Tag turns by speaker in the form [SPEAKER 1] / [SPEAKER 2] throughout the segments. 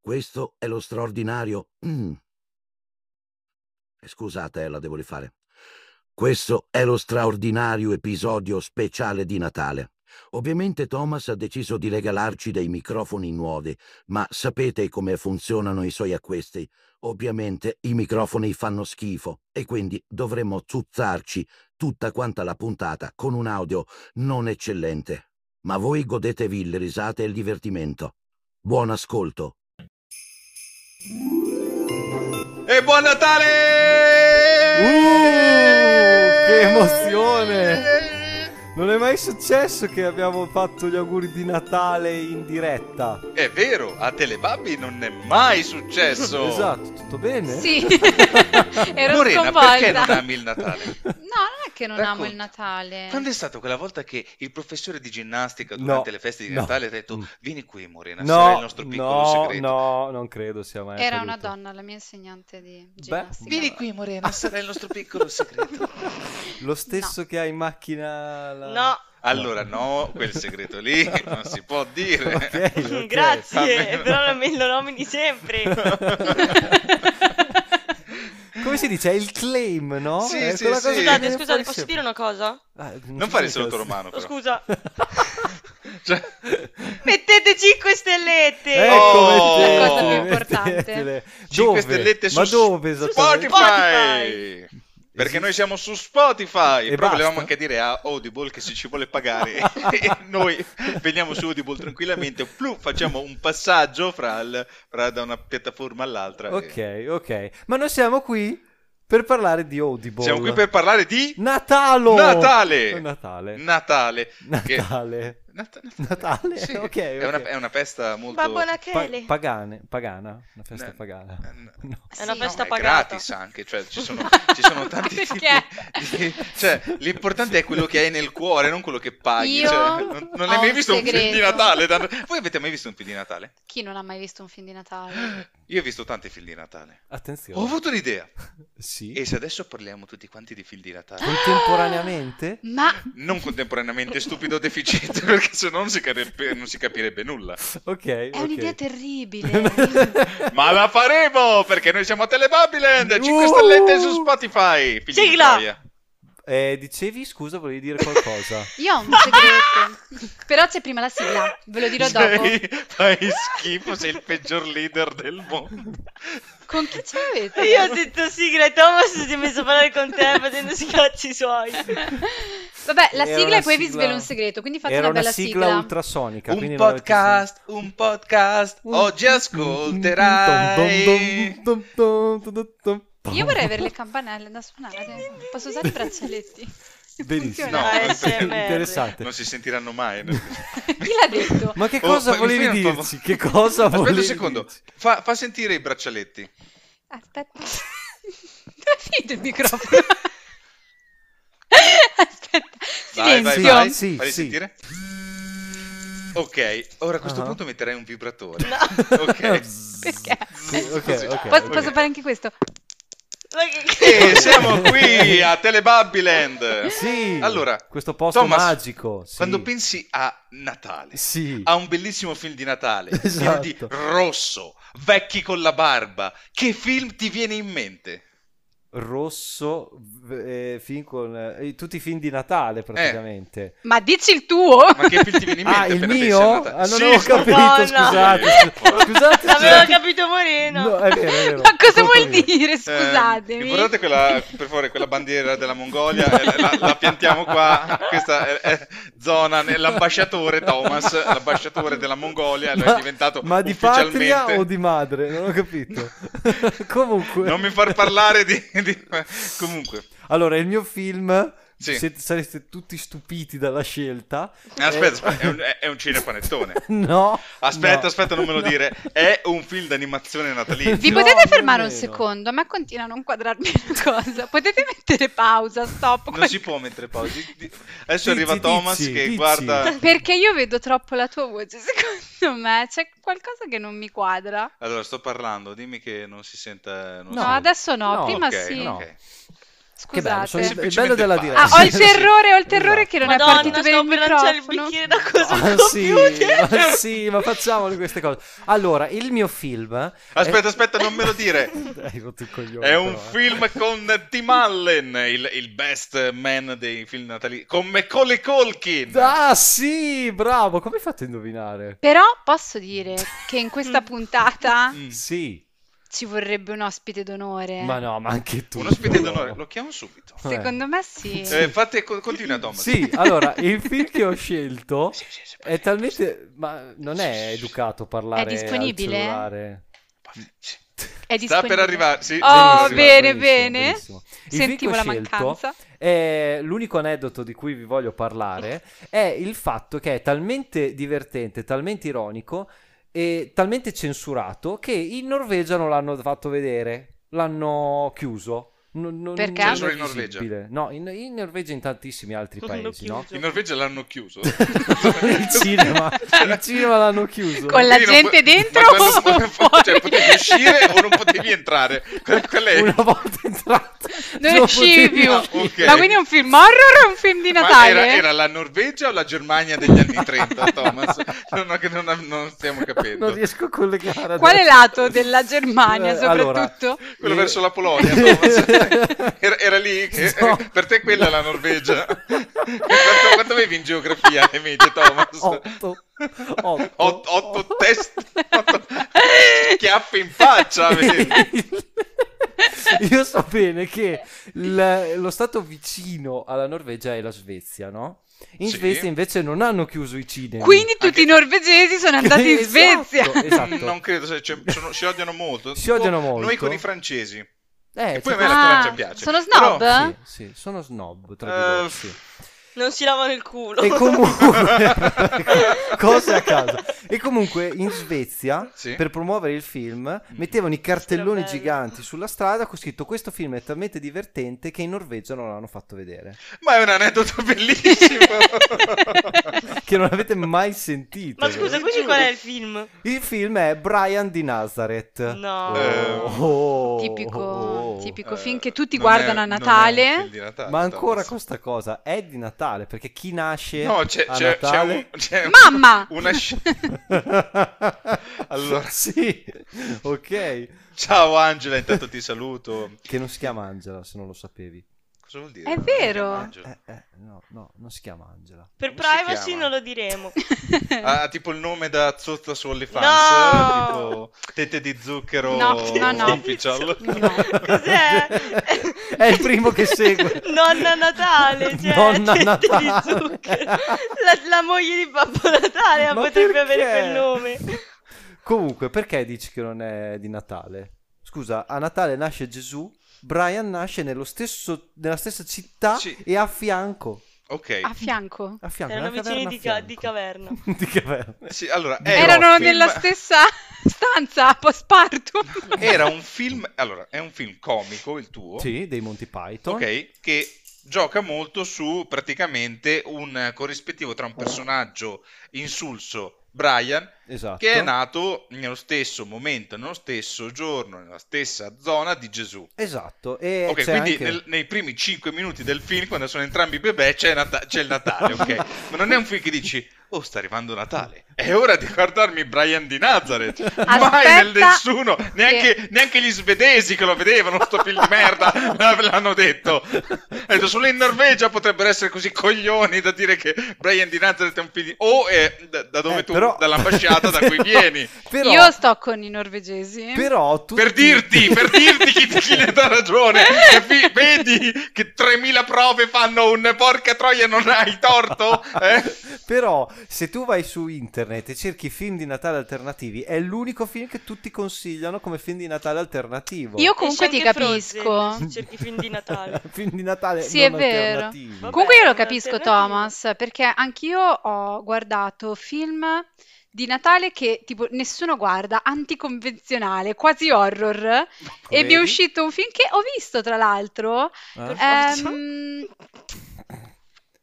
[SPEAKER 1] Questo è lo straordinario. Mm. Scusate, eh, la devo rifare. Questo è lo straordinario episodio speciale di Natale. Ovviamente Thomas ha deciso di regalarci dei microfoni nuovi, ma sapete come funzionano i suoi acquisti. Ovviamente i microfoni fanno schifo e quindi dovremmo zuzzarci tutta quanta la puntata con un audio non eccellente. Ma voi godetevi le risate e il divertimento. Buon ascolto.
[SPEAKER 2] E buon Natale!
[SPEAKER 3] Uh, che emozione! Non è mai successo che abbiamo fatto gli auguri di Natale in diretta.
[SPEAKER 2] È vero, a Telebabbi non è mai successo.
[SPEAKER 3] Esatto, tutto bene?
[SPEAKER 4] Sì, ero
[SPEAKER 2] Morena,
[SPEAKER 4] sconvolta.
[SPEAKER 2] perché non ami il Natale?
[SPEAKER 4] No, non è che non amo
[SPEAKER 2] Racconta.
[SPEAKER 4] il Natale.
[SPEAKER 2] Quando è stato quella volta che il professore di ginnastica
[SPEAKER 3] No,
[SPEAKER 2] durante le feste di
[SPEAKER 3] no.
[SPEAKER 2] Natale ha
[SPEAKER 3] Mm.
[SPEAKER 2] detto vieni qui Morena, sarà
[SPEAKER 3] No,
[SPEAKER 2] il nostro piccolo
[SPEAKER 3] no,
[SPEAKER 2] segreto.
[SPEAKER 3] no, non credo sia mai
[SPEAKER 4] Era
[SPEAKER 3] accaduto.
[SPEAKER 4] una donna, la mia insegnante di
[SPEAKER 3] Beh,
[SPEAKER 4] ginnastica.
[SPEAKER 2] Vieni qui Morena, sarà il nostro piccolo segreto.
[SPEAKER 3] Lo stesso che ha in macchina la...
[SPEAKER 5] No,
[SPEAKER 2] Allora no, quel segreto lì non si può dire.
[SPEAKER 3] Ok, ok.
[SPEAKER 2] Va
[SPEAKER 5] grazie,
[SPEAKER 2] bene.
[SPEAKER 5] però non me lo nomini sempre.
[SPEAKER 3] Come si dice? È il claim, no?
[SPEAKER 2] Sì,
[SPEAKER 3] È
[SPEAKER 2] sì,
[SPEAKER 3] quella
[SPEAKER 2] sì.
[SPEAKER 3] cosa che
[SPEAKER 5] Scusate,
[SPEAKER 3] viene
[SPEAKER 5] scusate,
[SPEAKER 3] fuori
[SPEAKER 5] posso
[SPEAKER 3] sempre.
[SPEAKER 5] dire una cosa?
[SPEAKER 3] Ah,
[SPEAKER 2] Non
[SPEAKER 3] si
[SPEAKER 2] fare il
[SPEAKER 3] dice
[SPEAKER 2] saluto
[SPEAKER 3] così.
[SPEAKER 2] romano però.
[SPEAKER 5] Scusa,
[SPEAKER 2] Cioè,
[SPEAKER 5] mettete 5 stellette.
[SPEAKER 3] Ecco,
[SPEAKER 2] Oh!
[SPEAKER 3] mettete,
[SPEAKER 2] La cosa più
[SPEAKER 4] importante.
[SPEAKER 3] mettetele.
[SPEAKER 2] 5
[SPEAKER 3] Dove?
[SPEAKER 2] stellette su
[SPEAKER 3] Ma dove esattamente?
[SPEAKER 2] Spotify. Perché
[SPEAKER 3] Esiste?
[SPEAKER 2] noi siamo su Spotify,
[SPEAKER 3] E
[SPEAKER 2] però volevamo
[SPEAKER 3] basta?
[SPEAKER 2] anche dire a Audible che se ci vuole pagare e noi veniamo su Audible tranquillamente, plu, facciamo un passaggio fra, il- fra da una piattaforma all'altra. e-
[SPEAKER 3] Ok, ok. Ma noi siamo qui per parlare di Audible.
[SPEAKER 2] Siamo qui per parlare di
[SPEAKER 3] Natalo!
[SPEAKER 2] Natale!
[SPEAKER 3] Natale.
[SPEAKER 2] Natale. che-
[SPEAKER 3] Natale.
[SPEAKER 2] Nat-
[SPEAKER 3] Natale?
[SPEAKER 2] Sì,
[SPEAKER 3] Ok,
[SPEAKER 2] È,
[SPEAKER 3] ok.
[SPEAKER 2] una, è una festa molto...
[SPEAKER 5] Oh, Babbo
[SPEAKER 3] Pa-
[SPEAKER 5] Nachele.
[SPEAKER 3] pagane, pagana, una festa
[SPEAKER 2] No,
[SPEAKER 3] pagana.
[SPEAKER 2] no.
[SPEAKER 3] No.
[SPEAKER 5] È una
[SPEAKER 4] Sì.
[SPEAKER 5] festa
[SPEAKER 2] è
[SPEAKER 5] pagata.
[SPEAKER 2] gratis anche, cioè ci sono, ci sono tanti tipi
[SPEAKER 4] Perché?
[SPEAKER 2] di- Cioè, l'importante è quello che hai nel cuore, non quello che paghi.
[SPEAKER 4] Io
[SPEAKER 2] cioè, non, non hai
[SPEAKER 4] ho
[SPEAKER 2] mai
[SPEAKER 4] un
[SPEAKER 2] visto un film di
[SPEAKER 4] segreto.
[SPEAKER 2] Natale? Dan- Voi avete mai visto un film di Natale?
[SPEAKER 4] Chi non ha mai visto un film di Natale?
[SPEAKER 2] Io ho visto tanti film di Natale.
[SPEAKER 3] Attenzione.
[SPEAKER 2] Ho avuto un'idea.
[SPEAKER 3] Sì.
[SPEAKER 2] E se adesso parliamo tutti quanti di film di Natale?
[SPEAKER 3] Contemporaneamente?
[SPEAKER 4] Ma
[SPEAKER 2] Non contemporaneamente, stupido deficit, perché se no non si, capirebbe, non si capirebbe nulla.
[SPEAKER 3] Ok. È
[SPEAKER 4] è un'idea terribile.
[SPEAKER 2] Ma la faremo, perché noi siamo a Telebabiland, 5
[SPEAKER 3] Uh!
[SPEAKER 2] stellette su Spotify. figli di
[SPEAKER 5] Sigla!
[SPEAKER 2] troia.
[SPEAKER 3] eh, dicevi, scusa, volevi dire qualcosa.
[SPEAKER 4] Io ho un segreto. Però c'è prima la sigla, ve lo dirò dopo.
[SPEAKER 2] Sei- Fai schifo, sei il peggior leader del mondo.
[SPEAKER 4] Con chi ce
[SPEAKER 5] E Io ho
[SPEAKER 4] l'avete?
[SPEAKER 5] detto sigla e Thomas si è messo a parlare con te facendo i cazzi suoi.
[SPEAKER 4] Vabbè, la
[SPEAKER 3] Era
[SPEAKER 4] sigla
[SPEAKER 3] una
[SPEAKER 4] e poi vi
[SPEAKER 3] sigla-
[SPEAKER 4] svelo un segreto, quindi fate
[SPEAKER 3] Era
[SPEAKER 4] una bella
[SPEAKER 3] sigla,
[SPEAKER 4] sigla.
[SPEAKER 3] ultrasonica.
[SPEAKER 2] Un
[SPEAKER 3] quindi non avete Mm, sentito.
[SPEAKER 2] podcast, un podcast, oggi ascolterai.
[SPEAKER 4] Io vorrei avere le campanelle da suonare. Posso usare i braccialetti?
[SPEAKER 3] Benissimo.
[SPEAKER 2] No,
[SPEAKER 4] Funziona?
[SPEAKER 5] ASMR.
[SPEAKER 3] Interessante.
[SPEAKER 2] Non si sentiranno mai. eh.
[SPEAKER 4] Chi l'ha detto?
[SPEAKER 3] Ma che
[SPEAKER 2] Oh,
[SPEAKER 3] cosa
[SPEAKER 2] fai-
[SPEAKER 3] volevi
[SPEAKER 2] fai un favore.
[SPEAKER 3] dirci? Che cosa
[SPEAKER 2] Aspetta
[SPEAKER 3] volevi
[SPEAKER 2] un secondo,
[SPEAKER 3] dirci?
[SPEAKER 2] fa, fa sentire i braccialetti.
[SPEAKER 4] Aspetta. Dove è finito il microfono? Aspetta.
[SPEAKER 2] Vai, vai,
[SPEAKER 4] Silenzio.
[SPEAKER 2] vai.
[SPEAKER 3] Sì,
[SPEAKER 2] Fai
[SPEAKER 3] sì.
[SPEAKER 2] sentire. Ok, ora a questo
[SPEAKER 3] Ah.
[SPEAKER 2] punto metterei un vibratore. Ok.
[SPEAKER 4] Perché?
[SPEAKER 3] Eh, Sì, ok, ok.
[SPEAKER 4] Posso,
[SPEAKER 2] ok.
[SPEAKER 4] posso fare anche questo?
[SPEAKER 5] Ma che-
[SPEAKER 2] E siamo qui a Telebabiland.
[SPEAKER 3] Sì.
[SPEAKER 2] Allora,
[SPEAKER 3] questo posto
[SPEAKER 2] Thomas,
[SPEAKER 3] magico. sì.
[SPEAKER 2] Quando Ah. pensi a Natale,
[SPEAKER 3] Sì.
[SPEAKER 2] ha un bellissimo film di Natale, pieno
[SPEAKER 3] Esatto.
[SPEAKER 2] di rosso, vecchi con la barba. Che film ti viene in mente?
[SPEAKER 3] Rosso, v- eh, film con, eh, tutti i film di Natale praticamente.
[SPEAKER 4] Ma dici il tuo!
[SPEAKER 2] Ma che film ti viene Eh, in mente?
[SPEAKER 3] Ah, il
[SPEAKER 2] appena pensi
[SPEAKER 3] mio?
[SPEAKER 2] a
[SPEAKER 3] Ah,
[SPEAKER 2] Natale?
[SPEAKER 3] non
[SPEAKER 2] Sì,
[SPEAKER 3] avevo capito,
[SPEAKER 4] Oh,
[SPEAKER 5] Madonna.
[SPEAKER 3] scusate. Scusate,
[SPEAKER 5] L'aveva
[SPEAKER 3] scusate.
[SPEAKER 5] capito Moreno.
[SPEAKER 3] No, è vero, è vero.
[SPEAKER 4] Ma cosa
[SPEAKER 3] Colpa
[SPEAKER 4] vuol
[SPEAKER 3] mia.
[SPEAKER 4] dire?
[SPEAKER 2] Eh,
[SPEAKER 4] Scusatemi.
[SPEAKER 2] guardate quella, per favore, quella bandiera della Mongolia, eh, la, la- la piantiamo qua, questa è, è zona, nell'ambasciatore Thomas, l'ambasciatore della Mongolia, lo è
[SPEAKER 3] Ma-
[SPEAKER 2] diventato
[SPEAKER 3] Ma di
[SPEAKER 2] ufficialmente...
[SPEAKER 3] patria o di madre? Non ho capito. Comunque.
[SPEAKER 2] Non mi far parlare di... di- Comunque,
[SPEAKER 3] Allora, il mio film...
[SPEAKER 2] Sì.
[SPEAKER 3] siete- sareste tutti stupiti dalla scelta.
[SPEAKER 2] aspetta,
[SPEAKER 3] Eh,
[SPEAKER 2] aspetta, è un, è- è un cinepanettone.
[SPEAKER 3] No.
[SPEAKER 2] Aspetta,
[SPEAKER 3] no,
[SPEAKER 2] aspetta, non me lo
[SPEAKER 3] no.
[SPEAKER 2] dire. È un film d'animazione natalizio.
[SPEAKER 4] Vi
[SPEAKER 3] No,
[SPEAKER 4] potete
[SPEAKER 3] non
[SPEAKER 4] fermare un
[SPEAKER 3] meno.
[SPEAKER 4] secondo? A me continua a non quadrarmi una cosa. Potete mettere pausa, stop.
[SPEAKER 2] Non si può mettere pausa. Di- di- Adesso
[SPEAKER 3] Dici,
[SPEAKER 2] arriva Thomas
[SPEAKER 3] dici,
[SPEAKER 2] che
[SPEAKER 3] dici.
[SPEAKER 2] guarda.
[SPEAKER 4] Perché io vedo troppo la tua voce, secondo me. C'è qualcosa che non mi quadra.
[SPEAKER 2] Allora, sto parlando, dimmi che non si sente. Non
[SPEAKER 4] No,
[SPEAKER 2] si-
[SPEAKER 4] adesso no,
[SPEAKER 3] No,
[SPEAKER 4] prima
[SPEAKER 2] ok,
[SPEAKER 4] sì.
[SPEAKER 3] no.
[SPEAKER 2] ok.
[SPEAKER 4] Scusate.
[SPEAKER 3] Che bello, sono il,
[SPEAKER 2] Ci-
[SPEAKER 3] il
[SPEAKER 2] ci
[SPEAKER 3] bello
[SPEAKER 2] mette
[SPEAKER 3] della
[SPEAKER 2] il
[SPEAKER 3] diretta.
[SPEAKER 4] Ah, ho il
[SPEAKER 2] Sì, sì, sì.
[SPEAKER 4] terrore, ho il terrore che non è
[SPEAKER 5] Madonna,
[SPEAKER 4] partito per
[SPEAKER 5] sto
[SPEAKER 4] il
[SPEAKER 5] per lanciare il
[SPEAKER 4] microfono.
[SPEAKER 5] bicchiere da cosa
[SPEAKER 3] Ah,
[SPEAKER 5] sul
[SPEAKER 3] sì,
[SPEAKER 5] computer.
[SPEAKER 3] ah, sì, ma facciamole queste cose. Allora, il mio film.
[SPEAKER 2] Aspetta, aspetta, non me lo dire.
[SPEAKER 3] Hai rotto il coglione,
[SPEAKER 2] È un
[SPEAKER 3] Eh. però, eh.
[SPEAKER 2] film con Tim Allen, il, il best man dei film natalizi, con Macaulay Colkin.
[SPEAKER 3] Ah, sì, bravo. Come hai fatto a indovinare?
[SPEAKER 4] Però posso dire che in questa puntata
[SPEAKER 2] Mm.
[SPEAKER 3] Sì,
[SPEAKER 4] ci vorrebbe un ospite d'onore.
[SPEAKER 3] ma no, ma anche tu.
[SPEAKER 2] Un ospite
[SPEAKER 3] no.
[SPEAKER 2] d'onore, lo chiamo subito.
[SPEAKER 3] Eh.
[SPEAKER 4] Secondo me sì.
[SPEAKER 2] Eh, fate, co- continua Thomas.
[SPEAKER 3] Sì, allora, il film che ho scelto
[SPEAKER 2] Sì, sì, sì,
[SPEAKER 3] è talmente... Ma non è educato parlare
[SPEAKER 4] È disponibile?
[SPEAKER 3] al cellulare.
[SPEAKER 2] sì.
[SPEAKER 4] È
[SPEAKER 2] Sta per
[SPEAKER 4] disponibile.
[SPEAKER 2] arrivare. sì,
[SPEAKER 4] Oh,
[SPEAKER 2] sì, sì,
[SPEAKER 4] bene,
[SPEAKER 3] Bellissimo,
[SPEAKER 4] bene.
[SPEAKER 3] bellissimo. Il film che ho
[SPEAKER 4] Sentivo la
[SPEAKER 3] scelto
[SPEAKER 4] mancanza.
[SPEAKER 3] è- Eh, l'unico aneddoto di cui vi voglio parlare è il fatto che è talmente divertente, talmente ironico e talmente censurato che in Norvegia non l'hanno fatto vedere, l'hanno chiuso. Non- non-
[SPEAKER 4] Perché?
[SPEAKER 2] Solo
[SPEAKER 3] è
[SPEAKER 2] in Norvegia?
[SPEAKER 3] visibile. No, in, in Norvegia e in tantissimi altri
[SPEAKER 5] L'hanno
[SPEAKER 3] paesi, no?
[SPEAKER 5] chiuso.
[SPEAKER 2] In Norvegia l'hanno chiuso.
[SPEAKER 3] il cinema, il cinema l'hanno chiuso.
[SPEAKER 4] Con la
[SPEAKER 2] Quindi non
[SPEAKER 4] gente
[SPEAKER 2] pu-
[SPEAKER 4] dentro
[SPEAKER 2] ma quando-
[SPEAKER 4] o
[SPEAKER 2] quando-
[SPEAKER 4] fuori?
[SPEAKER 2] cioè, potevi uscire o non potevi entrare. Que- Quella è...
[SPEAKER 3] Una volta entrato,
[SPEAKER 4] Non
[SPEAKER 3] non
[SPEAKER 4] uscivi
[SPEAKER 3] potevi
[SPEAKER 4] più.
[SPEAKER 3] uscire.
[SPEAKER 2] ok.
[SPEAKER 4] Ma quindi è un film horror o un film di
[SPEAKER 2] Ma
[SPEAKER 4] Natale?
[SPEAKER 2] era, era la Norvegia o la Germania degli anni 30, Thomas? Non, ho- che non, non stiamo capendo.
[SPEAKER 3] Non riesco a collegare.
[SPEAKER 4] Quale
[SPEAKER 3] adesso.
[SPEAKER 4] lato della Germania,
[SPEAKER 3] Eh, allora,
[SPEAKER 4] soprattutto?
[SPEAKER 2] Quello
[SPEAKER 3] eh,
[SPEAKER 2] verso la Polonia, Thomas. Era, era lì che-
[SPEAKER 3] No.
[SPEAKER 2] per te quella è la Norvegia. quanto, quanto avevi in geografia le medie, Thomas?
[SPEAKER 3] Otto. Otto.
[SPEAKER 2] Ot- otto test, otto chiaffe in faccia. avevi.
[SPEAKER 3] Io so bene che il- lo stato vicino alla Norvegia è la Svezia, no? In
[SPEAKER 2] Sì.
[SPEAKER 3] Svezia invece non hanno chiuso i cinema.
[SPEAKER 4] Quindi tutti
[SPEAKER 2] Anche-
[SPEAKER 4] i norvegesi sono andati in
[SPEAKER 3] Esatto,
[SPEAKER 4] Svezia.
[SPEAKER 3] Esatto.
[SPEAKER 2] Non credo, se- cioè, sono- si odiano molto.
[SPEAKER 3] Si
[SPEAKER 2] Tipo
[SPEAKER 3] odiano molto.
[SPEAKER 2] Noi con i francesi.
[SPEAKER 3] Eh,
[SPEAKER 2] e poi a me
[SPEAKER 3] tipo-
[SPEAKER 2] la
[SPEAKER 4] Ah,
[SPEAKER 2] Francia piace.
[SPEAKER 4] sono
[SPEAKER 2] Però-
[SPEAKER 4] snob? la-
[SPEAKER 3] Sì, sì, sono snob, tra di loro,
[SPEAKER 2] Eh,
[SPEAKER 3] sì.
[SPEAKER 5] Non si lavano il culo.
[SPEAKER 3] E comunque, cose a caso. E comunque in Svezia,
[SPEAKER 2] Sì.
[SPEAKER 3] per promuovere il film, mettevano i cartelloni
[SPEAKER 5] Strabello.
[SPEAKER 3] giganti sulla strada con scritto questo film è talmente divertente che in Norvegia non l'hanno fatto vedere.
[SPEAKER 2] Ma è un aneddoto bellissimo.
[SPEAKER 3] Che non avete mai sentito.
[SPEAKER 5] Ma scusa, questo qual è il film?
[SPEAKER 3] Il film è Brian di Nazareth.
[SPEAKER 5] No.
[SPEAKER 2] Eh.
[SPEAKER 3] Oh,
[SPEAKER 4] Tipico,
[SPEAKER 3] oh.
[SPEAKER 4] tipico
[SPEAKER 2] Eh,
[SPEAKER 4] film che tutti
[SPEAKER 2] non è-
[SPEAKER 4] guardano a
[SPEAKER 2] non è un
[SPEAKER 4] Natale.
[SPEAKER 2] film di Natale,
[SPEAKER 3] Ma ancora
[SPEAKER 2] Thomas.
[SPEAKER 3] questa cosa è di Natale, perché chi nasce
[SPEAKER 2] No, c'è,
[SPEAKER 3] a
[SPEAKER 2] c'è- c'è un,
[SPEAKER 3] Natale...
[SPEAKER 2] c'è un-
[SPEAKER 4] Mamma!
[SPEAKER 2] una sc- Allora.
[SPEAKER 3] sì, ok.
[SPEAKER 2] Ciao Angela, intanto ti saluto.
[SPEAKER 3] Che non si chiama Angela, se non lo sapevi.
[SPEAKER 2] Cosa vuol dire?
[SPEAKER 4] È vero.
[SPEAKER 2] Angela.
[SPEAKER 3] Eh, eh, no, no, non si chiama Angela.
[SPEAKER 5] Per
[SPEAKER 2] Come si
[SPEAKER 5] privacy
[SPEAKER 2] chiama?
[SPEAKER 5] non lo diremo.
[SPEAKER 2] Ah, tipo il nome da zozza su OnlyFans,
[SPEAKER 5] No!
[SPEAKER 2] tipo tete di zucchero
[SPEAKER 4] No, no, no.
[SPEAKER 2] official.
[SPEAKER 4] No.
[SPEAKER 5] Cos'è?
[SPEAKER 3] È il primo che segue.
[SPEAKER 5] Nonna Natale, cioè
[SPEAKER 3] Nonna
[SPEAKER 5] tette di
[SPEAKER 3] Natale.
[SPEAKER 5] zucchero. La, la moglie di Babbo Natale
[SPEAKER 3] Ma
[SPEAKER 5] potrebbe
[SPEAKER 3] perché?
[SPEAKER 5] avere quel nome.
[SPEAKER 3] Comunque, perché dici che non è di Natale? Scusa, a Natale nasce Gesù, Brian nasce nello stesso- nella stessa città
[SPEAKER 2] Sì.
[SPEAKER 3] e a fianco.
[SPEAKER 2] Ok.
[SPEAKER 4] A fianco.
[SPEAKER 3] A fianco
[SPEAKER 5] Erano
[SPEAKER 3] nella
[SPEAKER 5] vicini di, ca-
[SPEAKER 3] caverna
[SPEAKER 5] di
[SPEAKER 3] a
[SPEAKER 5] caverna.
[SPEAKER 3] fianco. di caverna.
[SPEAKER 2] Sì, allora,
[SPEAKER 3] Di
[SPEAKER 2] è un
[SPEAKER 4] Erano
[SPEAKER 2] film-
[SPEAKER 4] nella stessa stanza postpartum.
[SPEAKER 2] Era un film, allora, è un film comico il tuo,
[SPEAKER 3] Sì, dei Monty Python.
[SPEAKER 2] ok, che gioca molto su praticamente un corrispettivo tra un
[SPEAKER 3] Oh.
[SPEAKER 2] personaggio insulso, Brian,
[SPEAKER 3] Esatto.
[SPEAKER 2] che è nato nello stesso momento, nello stesso giorno, nella stessa zona di Gesù.
[SPEAKER 3] Esatto. E
[SPEAKER 2] Ok,
[SPEAKER 3] c'è
[SPEAKER 2] quindi
[SPEAKER 3] anche-
[SPEAKER 2] nel- nei primi 5 minuti del film, quando sono entrambi bebè, c'è, Nata- c'è il Natale, ok? Ma non è un film che dici, oh, sta arrivando Natale, è ora di guardarmi Brian di Nazareth. Mai
[SPEAKER 4] Aspetta
[SPEAKER 2] nel nessuno, neanche,
[SPEAKER 4] che-
[SPEAKER 2] neanche gli svedesi che lo vedevano, sto film di merda, l- l'hanno detto. Ha detto, solo in Norvegia potrebbero essere così coglioni da dire che Brian di Nazareth è un film di... O è da, da dove
[SPEAKER 3] Eh,
[SPEAKER 2] tu,
[SPEAKER 3] però-
[SPEAKER 2] dall'ambasciata da cui
[SPEAKER 3] però-
[SPEAKER 2] vieni.
[SPEAKER 3] Però,
[SPEAKER 4] Io sto con i norvegesi.
[SPEAKER 3] però tutti-
[SPEAKER 2] Per dirti, per dirti chi, chi le dà ragione, Capi- vedi che 3000 prove fanno un porca troia non hai torto? Eh?
[SPEAKER 3] Però, se tu vai su internet e cerchi film di Natale alternativi, è l'unico film che tutti consigliano come film di Natale alternativo.
[SPEAKER 4] Io comunque
[SPEAKER 5] E c'è
[SPEAKER 4] ti
[SPEAKER 5] anche
[SPEAKER 4] capisco.
[SPEAKER 5] Frozen, se cerchi film di Natale.
[SPEAKER 3] film di Natale
[SPEAKER 4] Sì,
[SPEAKER 3] non
[SPEAKER 4] è vero.
[SPEAKER 3] alternativi.
[SPEAKER 5] Vabbè.
[SPEAKER 4] Comunque io lo
[SPEAKER 5] è una
[SPEAKER 4] capisco,
[SPEAKER 5] alternativa.
[SPEAKER 4] Thomas, perché anch'io ho guardato film di Natale che tipo nessuno guarda, anticonvenzionale, quasi horror. E mi è
[SPEAKER 3] Vedi?
[SPEAKER 4] uscito un film che ho visto, tra l'altro.
[SPEAKER 3] Eh?
[SPEAKER 5] Forza.
[SPEAKER 4] Ehm,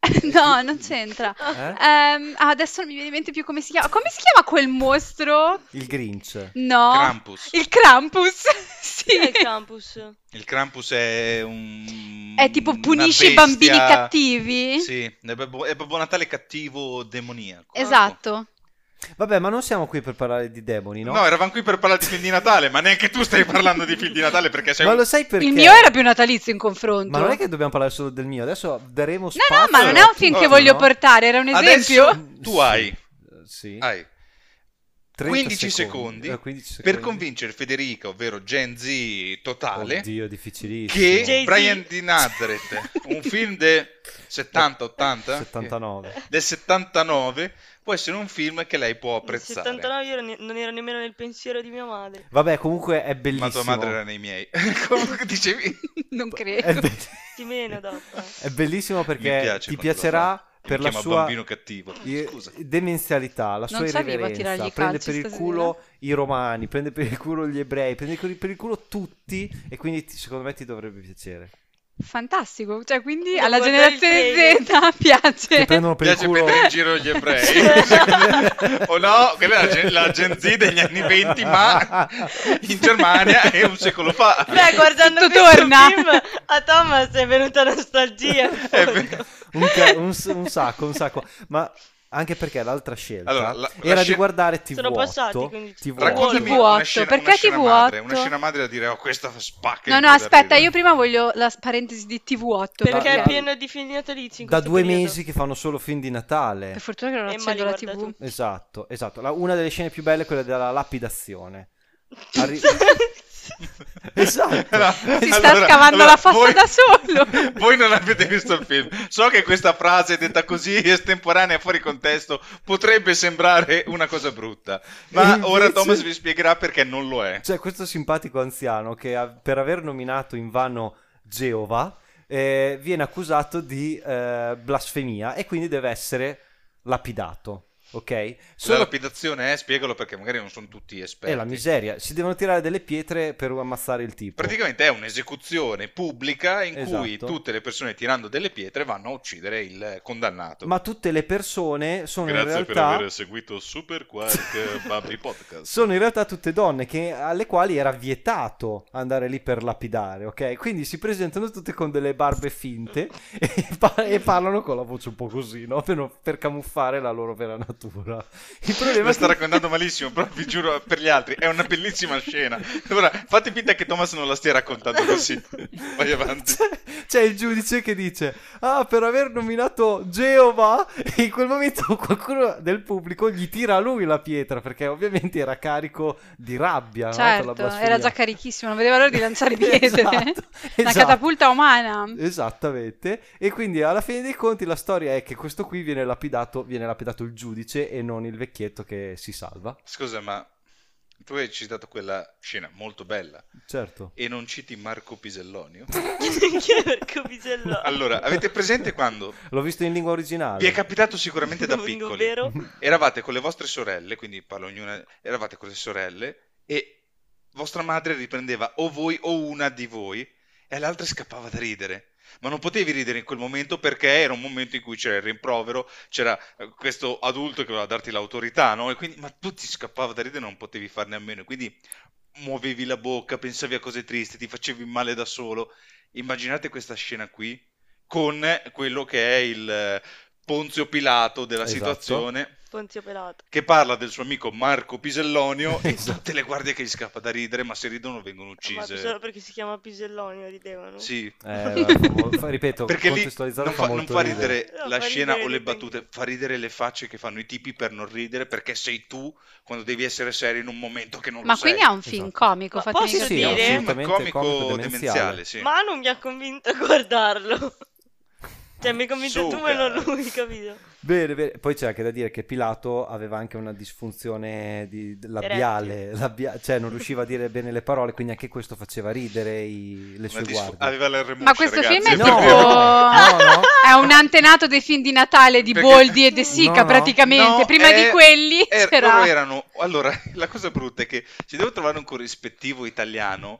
[SPEAKER 4] No, non c'entra.
[SPEAKER 3] Eh?
[SPEAKER 4] Ehm, ah, adesso non mi viene in mente più come si chiama. Come si chiama quel mostro?
[SPEAKER 3] Il Grinch.
[SPEAKER 4] No,
[SPEAKER 2] Krampus.
[SPEAKER 4] il Krampus. Sì.
[SPEAKER 5] Chi è il campus?
[SPEAKER 2] Il Krampus è un...
[SPEAKER 4] È tipo
[SPEAKER 2] una
[SPEAKER 4] punisce i
[SPEAKER 2] bestia-
[SPEAKER 4] bambini cattivi?
[SPEAKER 2] Sì, è Babbo, è Babbo Natale cattivo demoniaco.
[SPEAKER 4] Esatto.
[SPEAKER 3] Vabbè, ma non siamo qui per parlare di demoni, no?
[SPEAKER 2] No, eravamo qui per parlare di film di Natale, ma neanche tu stai parlando di film di Natale perché sei
[SPEAKER 3] ma
[SPEAKER 2] un...
[SPEAKER 3] lo sai perché?
[SPEAKER 4] Il mio era più natalizio in confronto.
[SPEAKER 3] Ma non è che dobbiamo parlare solo del mio, adesso daremo
[SPEAKER 4] No,
[SPEAKER 3] spazio.
[SPEAKER 4] no, ma non è un film che
[SPEAKER 2] No,
[SPEAKER 4] voglio
[SPEAKER 3] no.
[SPEAKER 4] portare, era un esempio.
[SPEAKER 2] Adesso- Tu hai.
[SPEAKER 3] Sì.
[SPEAKER 2] Hai.
[SPEAKER 3] 30
[SPEAKER 2] 15 secondi
[SPEAKER 3] eh, 15 secondi.
[SPEAKER 2] Per convincere Federica, ovvero Gen Z totale,
[SPEAKER 3] Oddio, è difficilissimo.
[SPEAKER 2] che
[SPEAKER 5] Jay-Z.
[SPEAKER 2] Brian di Nazareth, un film del 70-80?
[SPEAKER 3] 79.
[SPEAKER 2] Del 79, può essere un film che lei può
[SPEAKER 5] Nel
[SPEAKER 2] apprezzare.
[SPEAKER 5] 79 io non- non ero nemmeno nel pensiero di mia madre.
[SPEAKER 3] Vabbè, comunque è bellissimo.
[SPEAKER 2] Ma tua madre era nei miei. Comunque dicevi...
[SPEAKER 4] Non
[SPEAKER 3] È,
[SPEAKER 4] credo.
[SPEAKER 3] be-
[SPEAKER 5] Di meno dopo. eh.
[SPEAKER 3] è bellissimo perché
[SPEAKER 2] Mi piace quando
[SPEAKER 3] ti
[SPEAKER 2] lo
[SPEAKER 3] piacerà
[SPEAKER 2] fa.
[SPEAKER 3] per
[SPEAKER 2] Mi
[SPEAKER 3] la
[SPEAKER 2] chiama
[SPEAKER 3] sua
[SPEAKER 2] bambino cattivo.
[SPEAKER 3] i-
[SPEAKER 2] Scusa.
[SPEAKER 3] demenzialità, la sua
[SPEAKER 4] Non ci arrivo a
[SPEAKER 3] irreverenza,
[SPEAKER 4] tirargli i
[SPEAKER 3] prende
[SPEAKER 4] calci
[SPEAKER 3] per il
[SPEAKER 4] stasera.
[SPEAKER 3] culo i romani, prende per il culo gli ebrei, prende per il- per il culo tutti e quindi ti- secondo me ti dovrebbe piacere.
[SPEAKER 4] Fantastico. Cioè, quindi
[SPEAKER 5] Devo
[SPEAKER 4] alla
[SPEAKER 5] guardare il
[SPEAKER 4] generazione
[SPEAKER 3] Che
[SPEAKER 4] Z piace.
[SPEAKER 3] prendono per il
[SPEAKER 2] Piace
[SPEAKER 3] culo
[SPEAKER 2] prendere in giro gli ebrei o no? Quella è la gen- la Gen Z degli anni 20, ma in Germania è un secolo fa.
[SPEAKER 3] Ah,
[SPEAKER 5] Beh, guardando
[SPEAKER 4] Tutto
[SPEAKER 5] questo
[SPEAKER 4] torna.
[SPEAKER 5] film a Thomas è venuta nostalgia. in
[SPEAKER 2] È
[SPEAKER 5] fondo.
[SPEAKER 2] vero.
[SPEAKER 3] un, ca- un s- un sacco, un sacco. Ma anche perché l'altra scelta
[SPEAKER 2] Allora, la- la
[SPEAKER 3] era di
[SPEAKER 2] scel-
[SPEAKER 3] guardare TV8.
[SPEAKER 5] Sono passati 15
[SPEAKER 3] TV8.
[SPEAKER 2] Raccontami
[SPEAKER 4] Vuoto,
[SPEAKER 2] una scena,
[SPEAKER 4] perché
[SPEAKER 2] una scena
[SPEAKER 4] TV8?
[SPEAKER 2] madre, una scena madre da dire oh questa fa spacca.
[SPEAKER 4] No,
[SPEAKER 2] in
[SPEAKER 4] no,
[SPEAKER 2] due
[SPEAKER 4] aspetta,
[SPEAKER 2] davvero".
[SPEAKER 4] io prima voglio la parentesi di TV8.
[SPEAKER 5] Perché
[SPEAKER 3] Da-
[SPEAKER 5] è pieno di film natalizi in
[SPEAKER 3] da
[SPEAKER 5] questo
[SPEAKER 3] due
[SPEAKER 5] periodo.
[SPEAKER 3] mesi che fanno solo film di Natale.
[SPEAKER 4] Per fortuna che non
[SPEAKER 5] Eh, ma
[SPEAKER 4] accendo
[SPEAKER 5] li
[SPEAKER 4] la
[SPEAKER 5] guarda
[SPEAKER 4] TV.
[SPEAKER 5] tutti.
[SPEAKER 3] Esatto, esatto. La- una delle scene più belle è quella della lapidazione. Arri- esatto.
[SPEAKER 2] No,
[SPEAKER 4] Si sta scavando la fossa
[SPEAKER 2] voi-
[SPEAKER 4] da solo.
[SPEAKER 2] Voi non avete visto il film. So che questa frase detta così estemporanea fuori contesto potrebbe sembrare una cosa brutta, ma
[SPEAKER 3] E
[SPEAKER 2] ora
[SPEAKER 3] invece-
[SPEAKER 2] Thomas vi spiegherà perché non lo è.
[SPEAKER 3] C'è questo simpatico anziano che ha- per aver nominato in vano Geova eh, viene accusato di eh, blasfemia e quindi deve essere lapidato. Ok?
[SPEAKER 2] La
[SPEAKER 3] Solo
[SPEAKER 2] lapidazione è, spiegalo perché magari non sono tutti esperti.
[SPEAKER 3] è la miseria. Si devono tirare delle pietre per ammazzare il tipo.
[SPEAKER 2] Praticamente è un'esecuzione pubblica in cui
[SPEAKER 3] Esatto.
[SPEAKER 2] tutte le persone tirando delle pietre vanno a uccidere il condannato.
[SPEAKER 3] Ma tutte le persone sono in realtà
[SPEAKER 2] seguito Super Podcast.
[SPEAKER 3] sono in realtà tutte donne che- alle quali era vietato andare lì per lapidare, ok? Quindi si presentano tutte con delle barbe finte e, par- e parlano con la voce un po' così, no? Per, per camuffare la loro vera natura. Il problema
[SPEAKER 2] Lo
[SPEAKER 3] è
[SPEAKER 2] sta
[SPEAKER 3] che...
[SPEAKER 2] raccontando malissimo, però vi giuro per gli altri, è una bellissima scena. Allora, fate finta che Thomas non la stia raccontando così. Vai avanti.
[SPEAKER 3] C'è, c'è il giudice che dice: Ah, per aver nominato Geova. E in quel momento qualcuno del pubblico gli tira a lui la pietra. Perché ovviamente era carico di rabbia. no? Per la
[SPEAKER 4] Certo,
[SPEAKER 3] blasfemia.
[SPEAKER 4] era già carichissimo, non vedeva l'ora di lanciare pietre.
[SPEAKER 3] Esatto,
[SPEAKER 4] Una
[SPEAKER 3] esatto.
[SPEAKER 4] catapulta umana.
[SPEAKER 3] Esattamente. E quindi alla fine dei conti la storia è che questo qui viene lapidato, viene lapidato il giudice e non il vecchietto che si salva.
[SPEAKER 2] Scusa, ma tu hai citato quella scena molto bella
[SPEAKER 3] Certo.
[SPEAKER 2] e non citi Marco Pisellonio?
[SPEAKER 5] Chi è Marco Bisello?
[SPEAKER 2] Allora, avete presente quando
[SPEAKER 3] L'ho visto in lingua originale.
[SPEAKER 2] vi è capitato sicuramente da
[SPEAKER 5] Un
[SPEAKER 2] piccoli?
[SPEAKER 5] vero?
[SPEAKER 2] Eravate con le vostre sorelle, quindi parlo ognuna, eravate con le sorelle e vostra madre riprendeva o voi o una di voi e l'altra scappava da ridere. Ma non potevi ridere in quel momento perché era un momento in cui c'era il rimprovero, c'era eh, questo adulto che voleva darti l'autorità, no? E quindi, ma tu ti scappava da ridere e non potevi farne a meno. Quindi muovevi la bocca, pensavi a cose tristi, ti facevi male da solo. Immaginate questa scena qui con quello che è il eh, Ponzio Pilato della
[SPEAKER 3] Esatto.
[SPEAKER 2] situazione
[SPEAKER 5] Ponzio Pelato.
[SPEAKER 2] che parla del suo amico Marco Pisellonio e
[SPEAKER 3] Esatto.
[SPEAKER 2] tutte le guardie che gli scappa da ridere, ma se ridono vengono
[SPEAKER 5] Ma
[SPEAKER 2] uccise.
[SPEAKER 5] solo perché si chiama Pisellonio ridevano.
[SPEAKER 2] Sì,
[SPEAKER 3] Eh, vabbè, fa mo- fa- ripeto,
[SPEAKER 2] perché lì non
[SPEAKER 3] contestualizzarlo
[SPEAKER 2] fa,
[SPEAKER 3] fa
[SPEAKER 2] non
[SPEAKER 3] molto
[SPEAKER 2] fa
[SPEAKER 3] ridere.
[SPEAKER 2] ridere
[SPEAKER 5] No,
[SPEAKER 2] la
[SPEAKER 5] fa
[SPEAKER 2] scena
[SPEAKER 5] ridere
[SPEAKER 2] o le
[SPEAKER 5] le
[SPEAKER 2] battute, fa ridere le facce che fanno i tipi per non ridere perché sei tu quando devi essere serio in un momento che non
[SPEAKER 4] Ma
[SPEAKER 2] lo sei.
[SPEAKER 4] quindi è un film
[SPEAKER 3] Esatto.
[SPEAKER 4] comico,
[SPEAKER 5] Ma
[SPEAKER 4] fatemi
[SPEAKER 5] posso
[SPEAKER 3] Sì, sì,
[SPEAKER 4] capire.
[SPEAKER 5] dire?
[SPEAKER 3] assolutamente
[SPEAKER 2] comico,
[SPEAKER 3] comico
[SPEAKER 2] demenziale,
[SPEAKER 3] demenziale.
[SPEAKER 2] sì.
[SPEAKER 5] Ma non mi ha convinto a guardarlo. Cioè, mi hai convinto tu, ma non
[SPEAKER 2] Zucca.
[SPEAKER 5] lui, capito?
[SPEAKER 3] Bene, bene. Poi c'è anche da dire che Pilato aveva anche una disfunzione di- d- labiale, labbia- cioè non riusciva a dire bene le parole, quindi anche questo faceva ridere i- le
[SPEAKER 2] Una
[SPEAKER 3] sue
[SPEAKER 2] dis-
[SPEAKER 3] guardie.
[SPEAKER 2] aveva l'R
[SPEAKER 4] Ma questo film è
[SPEAKER 3] No.
[SPEAKER 4] tipo...
[SPEAKER 3] no.
[SPEAKER 4] È un antenato dei film di Natale di
[SPEAKER 2] Perché-
[SPEAKER 4] Boldi e De Sica,
[SPEAKER 3] No, Eh, no.
[SPEAKER 4] praticamente.
[SPEAKER 2] No,
[SPEAKER 4] Prima
[SPEAKER 2] è-
[SPEAKER 4] di quelli
[SPEAKER 2] er- loro
[SPEAKER 4] c'era...
[SPEAKER 2] erano- allora, la cosa brutta è che se devo trovare un corrispettivo italiano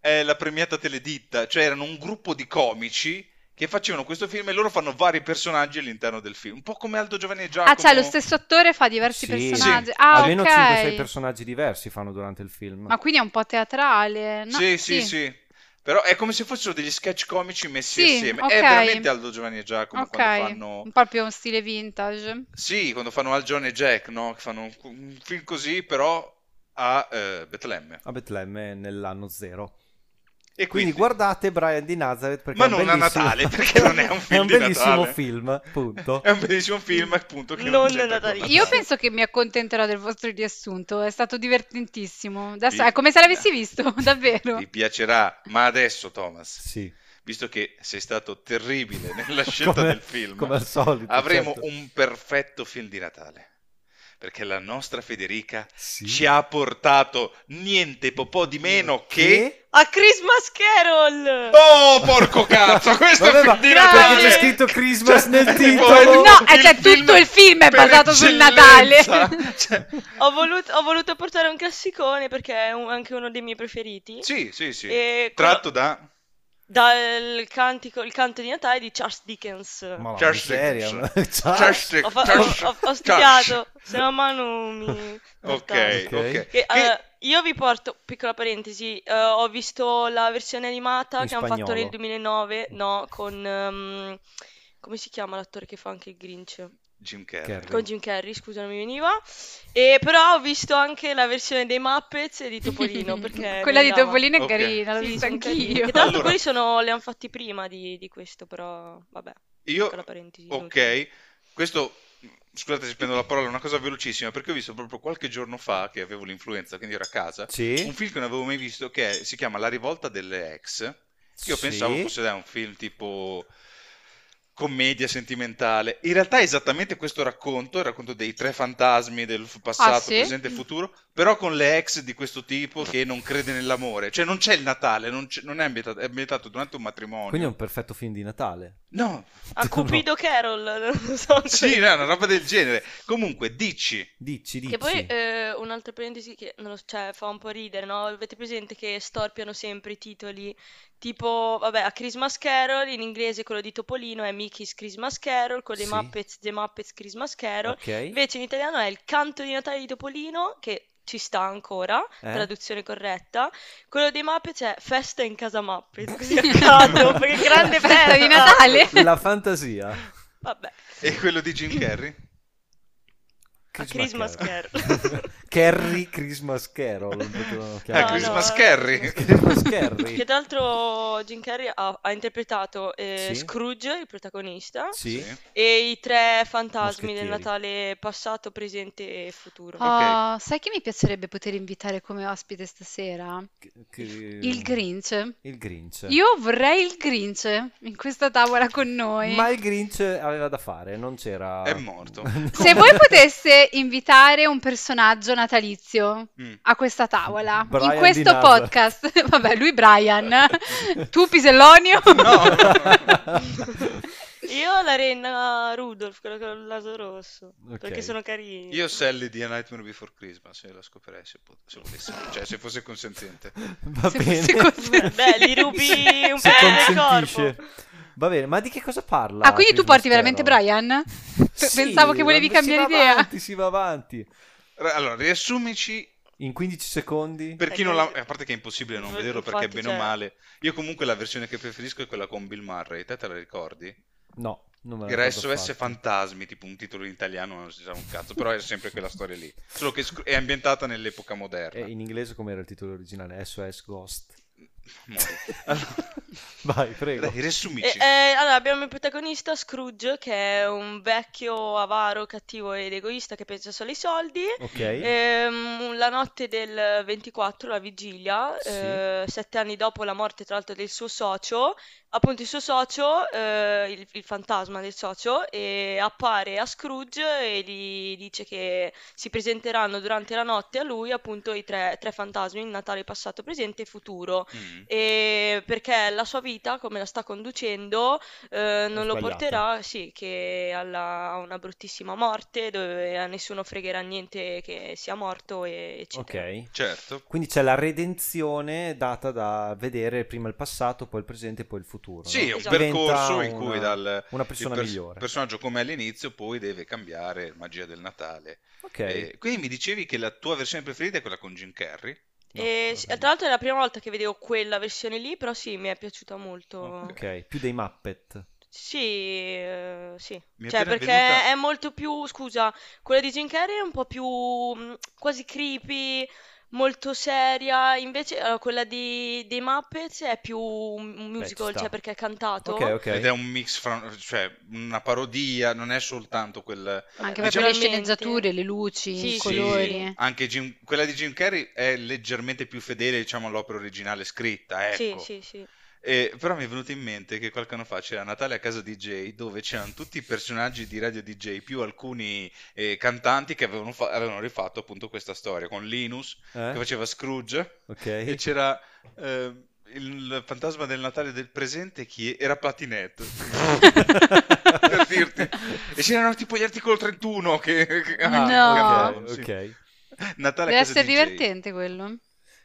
[SPEAKER 2] è la premiata Teleditta, cioè erano un gruppo di comici che facevano questo film e loro fanno vari personaggi all'interno del film, un po' come Aldo Giovanni e Giacomo.
[SPEAKER 4] Ah, cioè lo stesso attore fa diversi
[SPEAKER 3] Sì.
[SPEAKER 4] personaggi.
[SPEAKER 2] Sì.
[SPEAKER 4] Ah,
[SPEAKER 3] Almeno
[SPEAKER 4] ok.
[SPEAKER 3] 5-6 personaggi diversi fanno durante il film.
[SPEAKER 4] Ma quindi è un po' teatrale. No,
[SPEAKER 2] sì, sì, sì. Però è come se fossero degli sketch comici messi
[SPEAKER 4] Sì,
[SPEAKER 2] insieme.
[SPEAKER 4] ok.
[SPEAKER 2] È veramente Aldo Giovanni e Giacomo
[SPEAKER 4] Ok,
[SPEAKER 2] quando fanno
[SPEAKER 4] un po' più un stile vintage.
[SPEAKER 2] Sì, quando fanno Al John e Jack, no? Che Fanno un- un film così, però a eh, Betlemme.
[SPEAKER 3] A Betlemme nell'anno zero.
[SPEAKER 2] E
[SPEAKER 3] Quindi,
[SPEAKER 2] quindi,
[SPEAKER 3] guardate Brian di Nazareth perché
[SPEAKER 2] Ma
[SPEAKER 3] è un
[SPEAKER 2] non a
[SPEAKER 3] bellissimo-
[SPEAKER 2] Natale, perché non è un film
[SPEAKER 3] È un
[SPEAKER 2] di
[SPEAKER 3] bellissimo
[SPEAKER 2] Natale.
[SPEAKER 3] film, punto.
[SPEAKER 2] è un bellissimo film, appunto, che
[SPEAKER 5] Non
[SPEAKER 2] non, c'entra con
[SPEAKER 5] natalizio.
[SPEAKER 4] Io penso che mi accontenterò del vostro riassunto, è stato divertentissimo. Adesso
[SPEAKER 2] Sì.
[SPEAKER 4] è come se l'avessi visto, davvero.
[SPEAKER 2] Ti piacerà, ma adesso, Thomas,
[SPEAKER 3] Sì.
[SPEAKER 2] visto che sei stato terribile nella scelta
[SPEAKER 3] Come-
[SPEAKER 2] del film,
[SPEAKER 3] Come al solito.
[SPEAKER 2] avremo
[SPEAKER 3] certo.
[SPEAKER 2] un perfetto film di Natale. Perché la nostra Federica
[SPEAKER 3] Sì.
[SPEAKER 2] ci ha portato niente po' po' di meno che...
[SPEAKER 5] A Christmas Carol!
[SPEAKER 2] Oh, porco cazzo! Questo
[SPEAKER 3] Vabbè,
[SPEAKER 2] è un
[SPEAKER 3] ma
[SPEAKER 2] film di
[SPEAKER 4] grazie.
[SPEAKER 2] Natale!
[SPEAKER 3] perché c'è scritto Christmas
[SPEAKER 2] Cioè,
[SPEAKER 3] nel
[SPEAKER 2] vuoi-
[SPEAKER 3] titolo.
[SPEAKER 4] No, eh, cioè,
[SPEAKER 2] film
[SPEAKER 4] tutto il film è
[SPEAKER 2] per
[SPEAKER 4] basato sul
[SPEAKER 2] eccellenza.
[SPEAKER 4] Natale.
[SPEAKER 2] Cioè,
[SPEAKER 5] Ho voluto, ho voluto portare un classicone perché è un- anche uno dei miei preferiti.
[SPEAKER 2] sì, sì, sì.
[SPEAKER 5] E quello-
[SPEAKER 2] Tratto da...
[SPEAKER 5] dal cantico, il canto di Natale di Charles Dickens.
[SPEAKER 3] Ma no,
[SPEAKER 2] Charles
[SPEAKER 3] miseria,
[SPEAKER 2] Dickinson.
[SPEAKER 3] ma- Ciao.
[SPEAKER 2] Charles-
[SPEAKER 5] Ho, fa-
[SPEAKER 2] Charles-
[SPEAKER 5] ho- ho- ho
[SPEAKER 2] Charles.
[SPEAKER 5] studiato, se no Manu mi...
[SPEAKER 2] Ok,
[SPEAKER 3] Ok.
[SPEAKER 2] ok.
[SPEAKER 5] Che, eh,
[SPEAKER 2] Che-
[SPEAKER 5] allora, io vi porto, piccola parentesi, eh, ho visto la versione animata
[SPEAKER 3] In
[SPEAKER 5] che hanno fatto
[SPEAKER 3] spagnolo.
[SPEAKER 5] nel 2009, no, con... ehm, come si chiama l'attore che fa anche il Grinch?
[SPEAKER 2] Jim Carrey.
[SPEAKER 3] Carrey.
[SPEAKER 5] Con Jim Carrey, scusa, non mi veniva. E però ho visto anche la versione dei Muppets e di Topolino, perché...
[SPEAKER 4] Quella di
[SPEAKER 5] mi andava.
[SPEAKER 4] Topolino è
[SPEAKER 2] Ok.
[SPEAKER 4] carina, l'ho
[SPEAKER 5] Sì,
[SPEAKER 4] vista
[SPEAKER 5] sono carini.
[SPEAKER 4] anch'io.
[SPEAKER 5] Che tra l'altro
[SPEAKER 2] Allora.
[SPEAKER 5] quelli sono, li hanno fatti prima di, di questo, però vabbè,
[SPEAKER 2] Io...
[SPEAKER 5] piccola parentesi. inutile.
[SPEAKER 2] Ok, questo... Scusate se prendo la parola, una cosa velocissima, perché ho visto proprio qualche giorno fa che avevo l'influenza, quindi ero a casa, un
[SPEAKER 3] Sì.
[SPEAKER 2] film che non avevo mai visto che è- si chiama La rivolta delle ex. Io
[SPEAKER 3] Sì.
[SPEAKER 2] pensavo fosse dai, un film tipo commedia sentimentale. In realtà è esattamente questo racconto, il racconto dei tre fantasmi del f- passato,
[SPEAKER 4] Ah, sì?
[SPEAKER 2] presente e futuro, però con le ex di questo tipo che non crede nell'amore. Cioè non c'è il Natale, non, c'è- non è, ambientato, è ambientato durante un matrimonio.
[SPEAKER 3] Quindi è un perfetto film di Natale.
[SPEAKER 2] No,
[SPEAKER 5] A Ah, Cupido Carol, non so.
[SPEAKER 2] sì, no, una roba del genere. Comunque, dici.
[SPEAKER 3] Dici, dici.
[SPEAKER 5] Che poi eh, un'altra parentesi che non lo so, cioè, fa un po' ridere, no? Avete presente che storpiano sempre i titoli? Tipo, vabbè, a Christmas Carol in inglese quello di Topolino è Mickey's Christmas Carol, con le
[SPEAKER 3] Sì.
[SPEAKER 5] Muppets, The Muppets Christmas Carol.
[SPEAKER 3] Ok. Eh?
[SPEAKER 5] Invece in italiano è il canto di Natale di Topolino, che ci sta ancora,
[SPEAKER 3] Eh?
[SPEAKER 5] traduzione corretta. Quello dei Muppets è Festa in casa Muppets, così a caso, Esatto, perché grande
[SPEAKER 4] festa di
[SPEAKER 5] festa.
[SPEAKER 4] Natale.
[SPEAKER 3] La fantasia.
[SPEAKER 5] Vabbè,
[SPEAKER 2] E quello di Jim Carrey?
[SPEAKER 5] a Christmas Carol.
[SPEAKER 3] Carrie Christmas Carol. potevano
[SPEAKER 2] Ah,
[SPEAKER 5] No,
[SPEAKER 3] chiamarlo.
[SPEAKER 2] Christmas
[SPEAKER 5] no,
[SPEAKER 2] Carrey.
[SPEAKER 3] Christmas Carrie.
[SPEAKER 5] Che tra l'altro Jim Carrey ha, ha interpretato eh,
[SPEAKER 3] Sì.
[SPEAKER 5] Scrooge, il protagonista,
[SPEAKER 3] Sì.
[SPEAKER 5] e i tre fantasmi del
[SPEAKER 3] Moschettieri.
[SPEAKER 5] Natale passato, presente e futuro.
[SPEAKER 4] Oh, sai chi mi piacerebbe poter invitare come ospite stasera?
[SPEAKER 3] Che-
[SPEAKER 4] Il Grinch.
[SPEAKER 3] Il Grinch.
[SPEAKER 4] Io vorrei il Grinch in questa tavola con noi.
[SPEAKER 3] Ma il Grinch aveva da fare, non c'era...
[SPEAKER 2] È morto.
[SPEAKER 4] Se voi poteste invitare un personaggio natalizio
[SPEAKER 2] Mm.
[SPEAKER 4] a questa tavola,
[SPEAKER 3] Brian
[SPEAKER 4] in
[SPEAKER 3] di
[SPEAKER 4] questo
[SPEAKER 3] Nazareth.
[SPEAKER 4] podcast, vabbè, lui Brian, tu Pisellonio,
[SPEAKER 5] Io la renna Rudolph, quello con il naso rosso,
[SPEAKER 3] Ok.
[SPEAKER 5] perché sono carini.
[SPEAKER 2] Io Sally di A Nightmare Before Christmas, se la scoprirei se, pot- se volessi, cioè se fosse consentente.
[SPEAKER 3] Va
[SPEAKER 4] se
[SPEAKER 3] bene.
[SPEAKER 4] fosse consentito.
[SPEAKER 5] Beh, gli rubi un
[SPEAKER 3] Se
[SPEAKER 5] pezzo del
[SPEAKER 3] consentisce.
[SPEAKER 5] corpo.
[SPEAKER 3] Va bene, ma di che cosa parla?
[SPEAKER 4] Ah, quindi tu
[SPEAKER 3] Christmas
[SPEAKER 4] porti veramente
[SPEAKER 3] Carol?
[SPEAKER 4] Brian?
[SPEAKER 3] Sì,
[SPEAKER 4] Pensavo che volevi
[SPEAKER 3] si
[SPEAKER 4] cambiare
[SPEAKER 3] va
[SPEAKER 4] idea.
[SPEAKER 3] avanti, si va avanti.
[SPEAKER 2] Ra- Allora, riassumici
[SPEAKER 3] In 15 secondi?
[SPEAKER 2] per chi non l'ha... A parte che è impossibile non
[SPEAKER 5] Infatti,
[SPEAKER 2] vederlo perché bene o
[SPEAKER 5] cioè-
[SPEAKER 2] male. Io comunque la versione che preferisco è quella con Bill Murray, te te la ricordi?
[SPEAKER 3] Eh, No, non me la
[SPEAKER 2] Era
[SPEAKER 3] ricordo
[SPEAKER 2] SOS
[SPEAKER 3] affatto.
[SPEAKER 2] Fantasmi, tipo un titolo in italiano, non si sa un cazzo, però è sempre quella storia lì. Solo che sc- è ambientata nell'epoca moderna.
[SPEAKER 3] Eh, in inglese com'era il titolo originale? SOS Ghost.
[SPEAKER 2] Muori.
[SPEAKER 3] Vai, prego.
[SPEAKER 2] Dai, riassumici.
[SPEAKER 5] E, eh, allora, abbiamo il protagonista Scrooge, che è un vecchio avaro, cattivo ed egoista che pensa solo ai soldi.
[SPEAKER 3] Ok.
[SPEAKER 4] Eh,
[SPEAKER 5] Ehm, la notte del 24, la vigilia,
[SPEAKER 3] Sì.
[SPEAKER 5] eh, sette anni dopo la morte, tra l'altro, del suo socio, appunto il suo socio, eh, il, il fantasma del socio, eh, appare a Scrooge e gli dice che si presenteranno durante la notte a lui appunto i tre, tre fantasmi, il Natale passato, presente e futuro.
[SPEAKER 2] Mm. Mm.
[SPEAKER 5] e perché la sua vita, come la sta conducendo, eh, non lo
[SPEAKER 6] sbagliata.
[SPEAKER 5] porterà, sì, che alla- a una bruttissima morte dove a nessuno fregherà niente che sia morto, e- eccetera.
[SPEAKER 3] Ok.
[SPEAKER 2] Certo.
[SPEAKER 3] Quindi c'è la redenzione data da vedere prima il passato, poi il presente e poi il futuro.
[SPEAKER 2] Sì, è
[SPEAKER 3] no?
[SPEAKER 2] un
[SPEAKER 5] Esatto.
[SPEAKER 2] percorso
[SPEAKER 3] Diventa
[SPEAKER 2] in cui
[SPEAKER 3] una-
[SPEAKER 2] dal
[SPEAKER 3] Una persona
[SPEAKER 2] il pers-
[SPEAKER 3] migliore.
[SPEAKER 2] personaggio come all'inizio poi deve cambiare magia del Natale.
[SPEAKER 3] ok.
[SPEAKER 2] Eh, quindi mi dicevi che la tua versione preferita è quella con Jim Carrey?
[SPEAKER 3] No,
[SPEAKER 4] Eh,
[SPEAKER 5] E
[SPEAKER 3] vabbè.
[SPEAKER 5] sì, tra l'altro è la prima volta che vedevo quella versione lì, però sì, mi è piaciuta molto.
[SPEAKER 2] Ok.
[SPEAKER 3] Ok, più dei Muppet.
[SPEAKER 5] Sì, eh, sì.
[SPEAKER 2] Mi è
[SPEAKER 5] Cioè,
[SPEAKER 2] appena
[SPEAKER 5] perché
[SPEAKER 2] venuta-
[SPEAKER 5] è molto più, scusa, quella di Jim Carrey è un po' più mh, quasi creepy, molto seria, invece eh, quella di, dei Muppets è più un un
[SPEAKER 3] ci
[SPEAKER 5] musical,
[SPEAKER 3] sta.
[SPEAKER 5] cioè perché è cantato.
[SPEAKER 3] Ok, ok.
[SPEAKER 2] Ed è un mix, fra- cioè una parodia, non è soltanto quel...
[SPEAKER 4] Anche
[SPEAKER 5] Vabbè,
[SPEAKER 4] proprio le
[SPEAKER 5] naturalmente.
[SPEAKER 4] sceneggiature, le luci,
[SPEAKER 5] Sì,
[SPEAKER 4] i
[SPEAKER 5] sì.
[SPEAKER 4] colori.
[SPEAKER 2] Anche Jim- quella di Jim Carrey è leggermente più fedele, diciamo, all'opera originale scritta,
[SPEAKER 5] Sì,
[SPEAKER 2] ecco.
[SPEAKER 5] sì, sì.
[SPEAKER 2] E- però mi è venuto in mente che qualche anno fa c'era Natale a casa DJ dove c'erano tutti i personaggi di Radio DJ più alcuni eh, cantanti che avevano, fa- avevano rifatto appunto questa storia con Linus
[SPEAKER 3] Eh?
[SPEAKER 2] che faceva Scrooge
[SPEAKER 3] Ok.
[SPEAKER 2] e c'era eh, il fantasma del Natale del presente che era Patinette per dirti e c'erano tipo gli articolo 31 che, che- ah,
[SPEAKER 4] No.
[SPEAKER 2] cavolo,
[SPEAKER 3] ok,
[SPEAKER 2] sì.
[SPEAKER 3] ok.
[SPEAKER 2] Natale a
[SPEAKER 4] Deve
[SPEAKER 2] casa
[SPEAKER 4] essere
[SPEAKER 2] DJ.
[SPEAKER 4] divertente quello.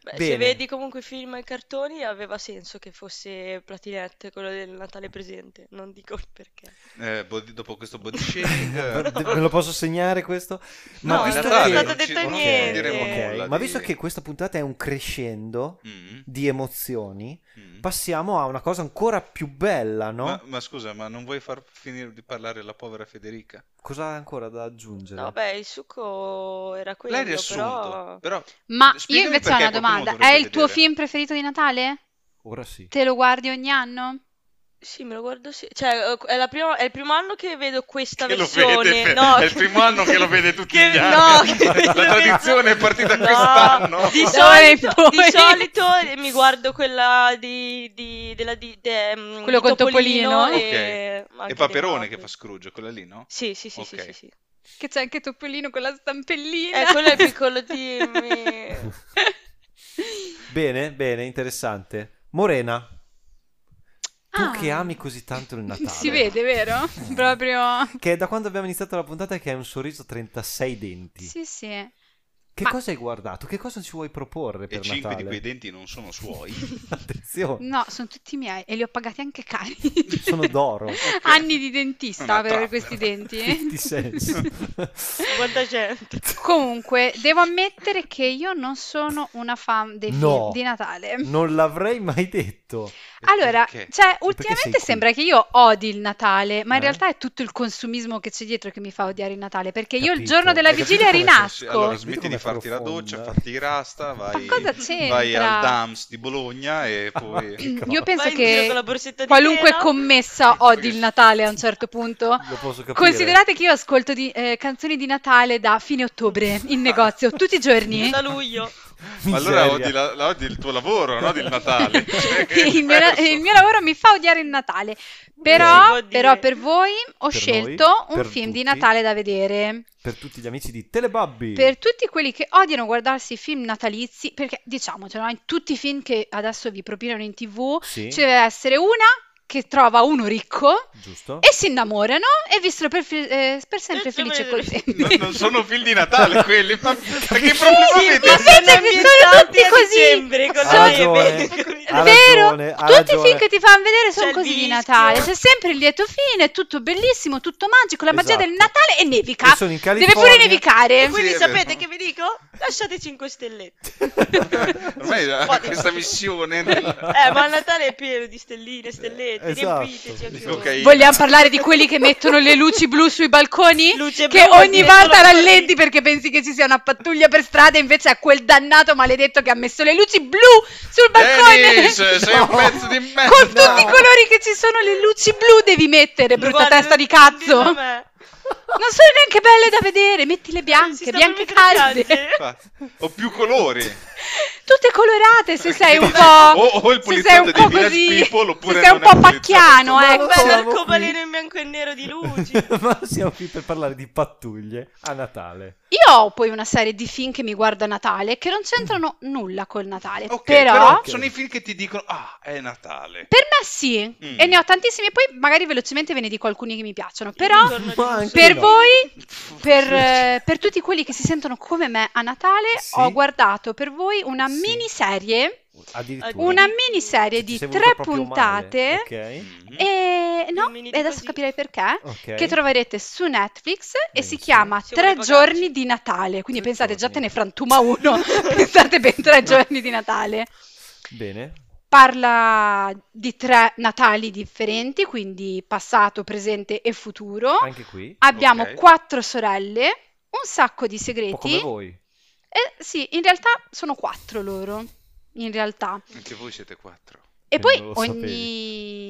[SPEAKER 5] Beh, se
[SPEAKER 3] Bene.
[SPEAKER 5] vedi comunque i film e i cartoni aveva senso che fosse Platinette, quello del Natale presente, non dico il perché.
[SPEAKER 2] Eh, body- dopo questo body shake eh,
[SPEAKER 3] Me lo posso segnare questo?
[SPEAKER 5] No,
[SPEAKER 2] in
[SPEAKER 5] visto
[SPEAKER 2] Natale
[SPEAKER 5] che-
[SPEAKER 2] non
[SPEAKER 5] non è stato
[SPEAKER 2] ci-
[SPEAKER 5] detto
[SPEAKER 2] non
[SPEAKER 5] niente.
[SPEAKER 2] diremo
[SPEAKER 3] Ok,
[SPEAKER 2] nulla
[SPEAKER 3] ma
[SPEAKER 2] di-
[SPEAKER 3] visto che questa puntata è un crescendo
[SPEAKER 2] Mm,
[SPEAKER 3] di emozioni,
[SPEAKER 2] mm.
[SPEAKER 3] passiamo a una cosa ancora più bella, no?
[SPEAKER 2] Ma, ma scusa, ma non vuoi far finire di parlare la povera Federica?
[SPEAKER 3] Cosa ha ancora da aggiungere?
[SPEAKER 5] No, beh, il succo era quello,
[SPEAKER 2] L'hai riassunto,
[SPEAKER 5] però...
[SPEAKER 2] però...
[SPEAKER 4] Ma io
[SPEAKER 2] Spiegami perché
[SPEAKER 4] invece ho una
[SPEAKER 2] qualcuno
[SPEAKER 4] domanda. È
[SPEAKER 2] dovrebbe
[SPEAKER 4] il tuo
[SPEAKER 2] vedere.
[SPEAKER 4] film preferito di Natale?
[SPEAKER 3] Ora sì.
[SPEAKER 4] Te lo guardi ogni anno?
[SPEAKER 5] Sì, me lo guardo sì. Cioè, eh, è, la prima- è il primo anno che vedo questa
[SPEAKER 2] Che lo
[SPEAKER 5] versione.
[SPEAKER 2] vede, Fe-
[SPEAKER 5] No,
[SPEAKER 2] è il primo anno che lo vede tutti
[SPEAKER 5] che-
[SPEAKER 2] gli anni.
[SPEAKER 5] no, che
[SPEAKER 2] La
[SPEAKER 5] vedo-
[SPEAKER 2] tradizione è partita
[SPEAKER 5] No,
[SPEAKER 2] quest'anno.
[SPEAKER 5] Di
[SPEAKER 4] D'ora in
[SPEAKER 5] solito,
[SPEAKER 4] poi.
[SPEAKER 5] di solito eh, mi guardo quella di, di, della di, de- mm,
[SPEAKER 4] Quello
[SPEAKER 5] di
[SPEAKER 4] con Topolino.
[SPEAKER 5] e,
[SPEAKER 2] Ok.
[SPEAKER 5] ma anche
[SPEAKER 2] E
[SPEAKER 5] dei
[SPEAKER 2] Paperone che
[SPEAKER 5] Muppet.
[SPEAKER 2] fa Scrooge, quella lì, no?
[SPEAKER 5] Sì, sì, sì, sì,
[SPEAKER 2] Ok.
[SPEAKER 5] sì, sì.
[SPEAKER 4] Che c'è anche Topolino con la stampellina.
[SPEAKER 5] Eh, quello è il piccolo Timmy.
[SPEAKER 3] Bene, bene, interessante. Morena, tu
[SPEAKER 4] Ah.
[SPEAKER 3] che ami così tanto il Natale. Eh.
[SPEAKER 4] Si vede, vero? Proprio.
[SPEAKER 3] Che è da quando abbiamo iniziato la puntata che hai un sorriso 36 denti.
[SPEAKER 4] Sì, sì.
[SPEAKER 3] Che
[SPEAKER 4] Ma-
[SPEAKER 3] cosa hai guardato? Che cosa ci vuoi proporre per
[SPEAKER 2] E cinque di
[SPEAKER 3] Natale?
[SPEAKER 2] quei denti non sono suoi.
[SPEAKER 3] Attenzione,
[SPEAKER 4] No, sono tutti miei e li ho pagati anche cari.
[SPEAKER 3] sono d'oro.
[SPEAKER 4] Anni di dentista
[SPEAKER 2] Una
[SPEAKER 4] per
[SPEAKER 2] trappola.
[SPEAKER 4] questi denti.
[SPEAKER 3] 50 cents.
[SPEAKER 5] Quanta gente.
[SPEAKER 4] Comunque, devo ammettere che io non sono una fan dei
[SPEAKER 3] No.
[SPEAKER 4] film di Natale.
[SPEAKER 3] Non l'avrei mai detto.
[SPEAKER 4] Allora,
[SPEAKER 2] Perché?
[SPEAKER 4] cioè,
[SPEAKER 3] sei
[SPEAKER 4] ultimamente
[SPEAKER 3] qui?
[SPEAKER 4] sembra che io odi il Natale, ma in
[SPEAKER 3] Eh?
[SPEAKER 4] realtà è tutto il consumismo che c'è dietro che mi fa odiare il Natale, perché io il
[SPEAKER 3] Capito.
[SPEAKER 4] giorno della
[SPEAKER 3] Hai capito
[SPEAKER 4] vigilia
[SPEAKER 3] come
[SPEAKER 4] rinasco.
[SPEAKER 2] Allora
[SPEAKER 3] Capito
[SPEAKER 2] smetti
[SPEAKER 3] com'è
[SPEAKER 2] di farti la
[SPEAKER 3] profonda?
[SPEAKER 2] doccia, fatti i rasta, vai,
[SPEAKER 4] cosa
[SPEAKER 2] vai
[SPEAKER 4] c'entra?
[SPEAKER 2] al Dams di Bologna e poi...
[SPEAKER 3] Ecco.
[SPEAKER 4] Io penso
[SPEAKER 5] Vai in giro con la
[SPEAKER 4] che
[SPEAKER 5] borsetta di
[SPEAKER 4] qualunque
[SPEAKER 5] tela.
[SPEAKER 4] commessa odi il Natale a un certo punto.
[SPEAKER 3] Lo posso capire.
[SPEAKER 4] Considerate che io ascolto di- eh, canzoni di Natale da fine ottobre in negozio, tutti i giorni.
[SPEAKER 5] Da luglio.
[SPEAKER 2] Ma allora
[SPEAKER 3] Miseria.
[SPEAKER 2] odi, la- la- odi il tuo lavoro, non odi il Natale. Cioè, che è
[SPEAKER 4] il,
[SPEAKER 3] eh,
[SPEAKER 4] mio,
[SPEAKER 2] diverso.
[SPEAKER 4] il mio lavoro mi fa odiare il Natale.
[SPEAKER 5] Si
[SPEAKER 4] Però,
[SPEAKER 5] può dire.
[SPEAKER 4] però per voi ho
[SPEAKER 3] Per
[SPEAKER 4] scelto
[SPEAKER 3] noi,
[SPEAKER 4] un
[SPEAKER 3] per
[SPEAKER 4] film
[SPEAKER 3] tutti.
[SPEAKER 4] di Natale da vedere.
[SPEAKER 3] Per tutti gli amici di Telebabbi.
[SPEAKER 4] Per tutti quelli che odiano guardarsi i film natalizi, perché diciamocelo, no, in tutti i film che adesso vi propinano in tv,
[SPEAKER 3] Sì,
[SPEAKER 4] ci deve essere una che trova uno ricco
[SPEAKER 3] giusto.
[SPEAKER 4] e si innamorano e vissero per, fi- eh, per sempre
[SPEAKER 5] Eh,
[SPEAKER 4] felici e
[SPEAKER 5] sembra-
[SPEAKER 2] No,
[SPEAKER 4] contenti.
[SPEAKER 2] non sono film di Natale quelli, ma perché
[SPEAKER 5] Sì,
[SPEAKER 2] probabilmente
[SPEAKER 4] ma
[SPEAKER 5] sono
[SPEAKER 4] invece che sono
[SPEAKER 5] ambientati
[SPEAKER 4] tutti
[SPEAKER 5] a
[SPEAKER 4] così.
[SPEAKER 5] dicembre con
[SPEAKER 2] Ah,
[SPEAKER 4] Ha
[SPEAKER 5] le
[SPEAKER 3] ragione.
[SPEAKER 5] neve, con i-
[SPEAKER 3] Ha
[SPEAKER 4] Vero?
[SPEAKER 3] ragione, ha
[SPEAKER 4] Tutti
[SPEAKER 3] ragione.
[SPEAKER 4] i film che ti fanno vedere sono
[SPEAKER 5] C'è il
[SPEAKER 4] così di
[SPEAKER 5] rischio.
[SPEAKER 4] Natale. C'è sempre il lieto fine, è tutto bellissimo, tutto magico, la magia
[SPEAKER 3] Esatto.
[SPEAKER 4] del Natale e nevica.
[SPEAKER 3] Io sono in
[SPEAKER 4] Deve
[SPEAKER 3] California.
[SPEAKER 4] pure nevicare.
[SPEAKER 5] Quindi
[SPEAKER 2] Sì, è
[SPEAKER 5] sapete
[SPEAKER 2] vero.
[SPEAKER 5] che vi dico? Lasciate 5 stellette.
[SPEAKER 2] ormai ha questa missione del-
[SPEAKER 5] Eh, ma il Natale è pieno di stelline, stellette, cioè,
[SPEAKER 3] Esatto.
[SPEAKER 5] riempiteci anche voi.
[SPEAKER 2] Ok.
[SPEAKER 4] Vogliamo parlare di quelli che mettono le luci blu sui balconi?
[SPEAKER 5] Luce
[SPEAKER 4] Che
[SPEAKER 5] blu,
[SPEAKER 4] ogni
[SPEAKER 5] diventano
[SPEAKER 4] volta
[SPEAKER 5] così.
[SPEAKER 4] rallenti perché pensi che ci sia una pattuglia per strada, invece è quel dannato maledetto che ha messo le luci blu sul balcone.
[SPEAKER 2] Dennis, sei un pezzo di merda.
[SPEAKER 4] Con tutti i colori che ci sono, le luci blu devi mettere, brutta
[SPEAKER 5] Guarda,
[SPEAKER 4] testa di
[SPEAKER 5] non
[SPEAKER 4] cazzo.
[SPEAKER 5] ditelo a
[SPEAKER 4] Non
[SPEAKER 5] me.
[SPEAKER 4] sono neanche belle da vedere, mettile
[SPEAKER 5] Si
[SPEAKER 4] bianche,
[SPEAKER 5] stanno
[SPEAKER 4] bianche
[SPEAKER 5] microfiando.
[SPEAKER 4] calde.
[SPEAKER 2] Ho più colori.
[SPEAKER 4] tutte colorate se sei un
[SPEAKER 2] O,
[SPEAKER 4] po'...
[SPEAKER 2] o il
[SPEAKER 4] se sei
[SPEAKER 2] poliziotto
[SPEAKER 4] un
[SPEAKER 2] dei
[SPEAKER 4] po'
[SPEAKER 2] Village
[SPEAKER 4] così,
[SPEAKER 2] People oppure
[SPEAKER 4] se sei un
[SPEAKER 2] non è
[SPEAKER 4] po' pacchiano,
[SPEAKER 3] Ma
[SPEAKER 4] ecco.
[SPEAKER 3] lo so.
[SPEAKER 5] Bello
[SPEAKER 3] siamo
[SPEAKER 5] arcobaleno
[SPEAKER 3] qui.
[SPEAKER 5] in bianco e nero di luci.
[SPEAKER 3] Ma siamo qui per parlare di pattuglie a Natale.
[SPEAKER 4] Io ho poi una serie di film che mi guardo a Natale che non c'entrano nulla col Natale,
[SPEAKER 2] Ok,
[SPEAKER 4] però,
[SPEAKER 2] però
[SPEAKER 3] Ok.
[SPEAKER 2] sono i film che ti dicono ah, è Natale.
[SPEAKER 4] per me sì,
[SPEAKER 2] Mm.
[SPEAKER 4] e ne ho tantissimi, poi magari velocemente ve ne dico alcuni che mi piacciono, però
[SPEAKER 5] Il ritorno di
[SPEAKER 3] Ma
[SPEAKER 5] Lucy.
[SPEAKER 3] anche
[SPEAKER 4] per
[SPEAKER 3] no.
[SPEAKER 4] voi per, eh, per tutti quelli che si sentono come me a Natale,
[SPEAKER 3] Sì.
[SPEAKER 4] ho guardato per voi una
[SPEAKER 3] Sì.
[SPEAKER 4] miniserie,
[SPEAKER 3] Addirittura.
[SPEAKER 4] una
[SPEAKER 5] Ci
[SPEAKER 4] miniserie
[SPEAKER 3] Ci
[SPEAKER 4] di
[SPEAKER 3] sei
[SPEAKER 4] tre
[SPEAKER 3] voluta proprio male,
[SPEAKER 4] puntate
[SPEAKER 3] Ok.
[SPEAKER 2] Mhm.
[SPEAKER 4] e no,
[SPEAKER 5] Non mi dite
[SPEAKER 4] e adesso
[SPEAKER 5] così.
[SPEAKER 4] capirei perché.
[SPEAKER 3] ok.
[SPEAKER 4] Che troverete su Netflix e si
[SPEAKER 3] Benissimo.
[SPEAKER 4] chiama
[SPEAKER 5] Se
[SPEAKER 4] Tre
[SPEAKER 5] vuole pagarci.
[SPEAKER 4] giorni di Natale. Quindi
[SPEAKER 3] Tre
[SPEAKER 4] pensate, già
[SPEAKER 3] giorni.
[SPEAKER 4] te ne frantuma uno. pensate ben tre giorni di Natale.
[SPEAKER 3] Bene.
[SPEAKER 4] Parla di tre Natali differenti, quindi passato, presente e futuro.
[SPEAKER 3] Anche qui.
[SPEAKER 4] Abbiamo
[SPEAKER 2] Ok.
[SPEAKER 4] quattro sorelle, un sacco di
[SPEAKER 3] Un po'
[SPEAKER 4] segreti.
[SPEAKER 3] come voi.
[SPEAKER 4] Eh, sì, in realtà sono quattro loro. In realtà.
[SPEAKER 2] Anche voi siete quattro.
[SPEAKER 4] E
[SPEAKER 3] Eh,
[SPEAKER 4] poi
[SPEAKER 3] non lo
[SPEAKER 4] ogni...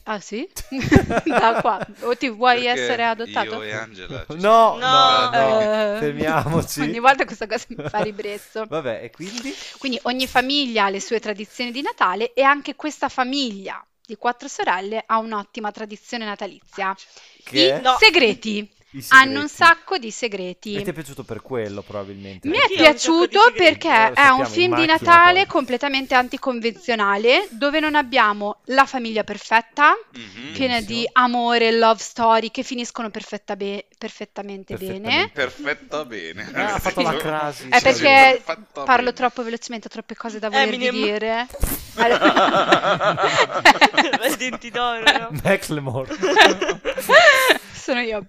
[SPEAKER 4] Ah sì? da qua. O ti vuoi
[SPEAKER 2] Perché
[SPEAKER 4] essere adottato?
[SPEAKER 2] Io e Angela. ci siamo.
[SPEAKER 3] No, no, no.
[SPEAKER 5] No,
[SPEAKER 4] eh.
[SPEAKER 3] Fermiamoci.
[SPEAKER 4] Ogni volta questa cosa mi fa ribrezzo.
[SPEAKER 3] Vabbè, e quindi?
[SPEAKER 4] Quindi ogni famiglia ha le sue tradizioni di Natale e anche questa famiglia di quattro sorelle ha un'ottima tradizione
[SPEAKER 2] Ah,
[SPEAKER 4] natalizia.
[SPEAKER 3] Che
[SPEAKER 4] I
[SPEAKER 5] No.
[SPEAKER 4] segreti.
[SPEAKER 3] I segreti.
[SPEAKER 4] Hanno un sacco di segreti.
[SPEAKER 3] E ti è piaciuto per quello, probabilmente.
[SPEAKER 4] Mi
[SPEAKER 5] Anch'io
[SPEAKER 4] è
[SPEAKER 5] ho un sacco di
[SPEAKER 4] piaciuto
[SPEAKER 5] segreti,
[SPEAKER 4] perché
[SPEAKER 3] eh, lo
[SPEAKER 4] è un
[SPEAKER 3] sappiamo,
[SPEAKER 4] film
[SPEAKER 3] in
[SPEAKER 4] di
[SPEAKER 3] macchina
[SPEAKER 4] Natale
[SPEAKER 3] poi.
[SPEAKER 4] completamente anticonvenzionale, dove non abbiamo la famiglia perfetta,
[SPEAKER 2] Mhm.
[SPEAKER 4] piena
[SPEAKER 3] Benissimo.
[SPEAKER 4] di amore, love story che finiscono perfetta be- perfettamente bene.
[SPEAKER 3] Perfettamente.
[SPEAKER 2] Perfetta bene.
[SPEAKER 3] Ah, ha fatto la crasi.
[SPEAKER 4] È
[SPEAKER 3] Sì,
[SPEAKER 4] Eh, perché
[SPEAKER 2] Perfetta
[SPEAKER 4] parlo
[SPEAKER 2] bene.
[SPEAKER 4] troppo velocemente, ho troppe cose da volervi
[SPEAKER 5] Eminem.
[SPEAKER 4] dire.
[SPEAKER 5] Ma i denti d'oro, no?
[SPEAKER 3] Macklemore.
[SPEAKER 4] Sono io.